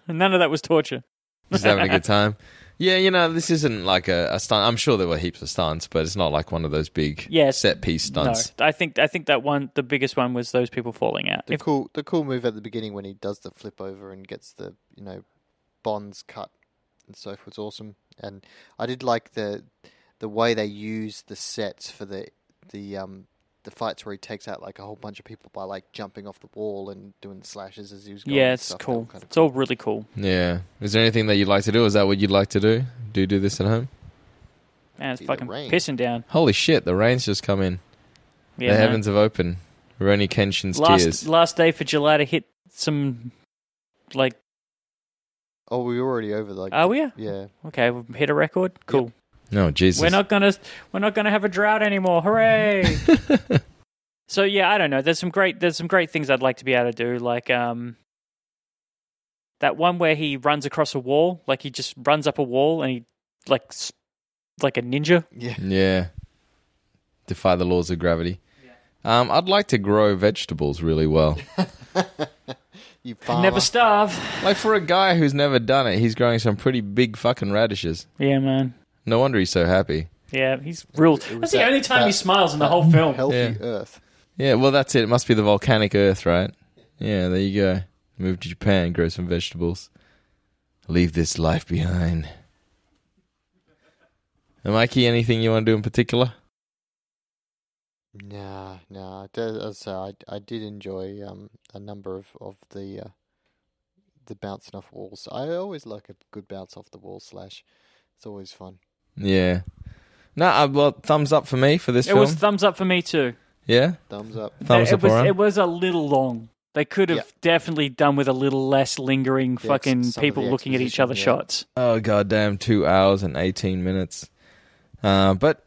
Speaker 3: None of that was torture.
Speaker 4: just having a good time. Yeah, you know, this isn't like a, a stunt. I'm sure there were heaps of stunts, but it's not like one of those big
Speaker 3: Yes.
Speaker 4: set piece stunts.
Speaker 3: No, I think I think that one, the biggest one, was those people falling out.
Speaker 5: The
Speaker 3: If-
Speaker 5: cool, the cool move at the beginning when he does the flip over and gets the you know bonds cut and so forth. Awesome, and I did like the the way they use the sets for the the um the fights where he takes out like a whole bunch of people by like jumping off the wall and doing slashes as he was going.
Speaker 3: yeah,
Speaker 5: and
Speaker 3: it's
Speaker 5: stuff. They
Speaker 3: cool.
Speaker 5: were kind of
Speaker 3: It's all really cool.
Speaker 4: Yeah. Is there anything that you'd like to do? Is that what you'd like to do? Do you do this at home?
Speaker 3: Man, it's
Speaker 5: See the
Speaker 3: fucking
Speaker 5: rain.
Speaker 3: pissing down.
Speaker 4: Holy shit! The rain's just come in.
Speaker 3: Yeah,
Speaker 4: the
Speaker 3: man.
Speaker 4: heavens have opened. Roni Kenshin's
Speaker 3: last
Speaker 4: tears.
Speaker 3: last day for July to hit some like
Speaker 5: Oh, we're already over like.
Speaker 3: are we?
Speaker 5: Yeah.
Speaker 3: Oh, Okay, we've hit a record. Cool.
Speaker 4: No, Jesus.
Speaker 3: We're not gonna we're not gonna have a drought anymore. Hooray! so yeah, I don't know. There's some great there's some great things I'd like to be able to do, like um that one where he runs across a wall, like he just runs up a wall and he like s- like a ninja.
Speaker 5: Yeah.
Speaker 4: Yeah. Defy the laws of gravity. Um, I'd like to grow vegetables really well.
Speaker 5: You farmer.
Speaker 3: Never starve.
Speaker 4: like for a guy who's never done it, he's growing some pretty big fucking radishes.
Speaker 3: Yeah, man.
Speaker 4: No wonder he's so happy.
Speaker 3: Yeah, he's real. That's the
Speaker 5: that-
Speaker 3: only time he
Speaker 5: that-
Speaker 3: smiles in the whole film.
Speaker 5: Healthy
Speaker 4: Yeah.
Speaker 5: Earth.
Speaker 4: Yeah, well that's it. It must be the volcanic earth, right? Yeah, there you go. Move to Japan, grow some vegetables. Leave this life behind. And Mikey, anything you want to do in particular?
Speaker 5: Nah, nah. it does- as I, say, I I did enjoy um a number of of the uh, the bouncing off walls. I always like a good bounce off the wall slash. It's always fun.
Speaker 4: Yeah. No, uh, well, thumbs up for me for this
Speaker 3: It
Speaker 4: film.
Speaker 3: was thumbs up for me too.
Speaker 4: yeah,
Speaker 5: Thumbs up.
Speaker 4: thumbs
Speaker 3: it
Speaker 4: up.
Speaker 3: was
Speaker 4: around.
Speaker 3: it was a little long. They could have
Speaker 5: Yeah.
Speaker 3: definitely done with a little less lingering
Speaker 5: ex-
Speaker 3: fucking
Speaker 5: some of
Speaker 3: people
Speaker 5: the
Speaker 3: looking at each
Speaker 5: exposition,
Speaker 3: other
Speaker 5: yeah.
Speaker 3: shots.
Speaker 4: Oh goddamn! Two hours and eighteen minutes. Uh, but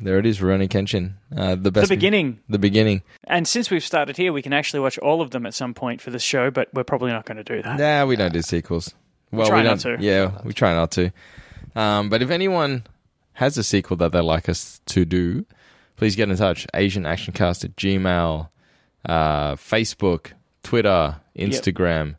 Speaker 4: there it is, Rurouni Kenshin. Uh, the best.
Speaker 3: the beginning.
Speaker 4: The beginning.
Speaker 3: And since we've started here, we can actually watch all of them at some point for this show, but we're probably not going to do that.
Speaker 4: Nah, we don't do sequels. Well,
Speaker 3: try
Speaker 4: we
Speaker 3: not
Speaker 4: don't-
Speaker 3: to.
Speaker 4: Yeah, we try not to. Um, but if anyone has a sequel that they'd like us to do, please get in touch. Asian Actioncast at Gmail, uh, Facebook, Twitter, Instagram.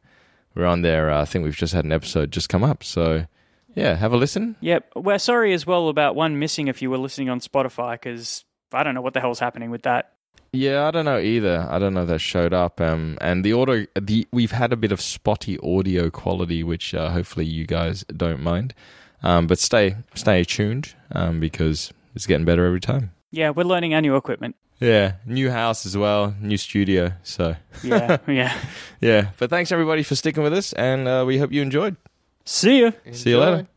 Speaker 4: We're on there. Uh, I think we've just had an episode just come up. So yeah, have a listen.
Speaker 3: Yep. We're sorry as well about one missing if you were listening on Spotify, because I don't know what the hell's happening with that.
Speaker 4: Yeah, I don't know either. I don't know if that showed up. Um, and the audio, the we've had a bit of spotty audio quality, which uh, hopefully you guys don't mind. Um, but stay stay tuned um, because it's getting better every time.
Speaker 3: Yeah, we're learning our new equipment.
Speaker 4: Yeah, new house as well, new studio. So
Speaker 3: Yeah, yeah.
Speaker 4: yeah, but thanks everybody for sticking with us, and uh, we hope you enjoyed.
Speaker 3: See ya.
Speaker 4: See you later.
Speaker 5: Enjoy.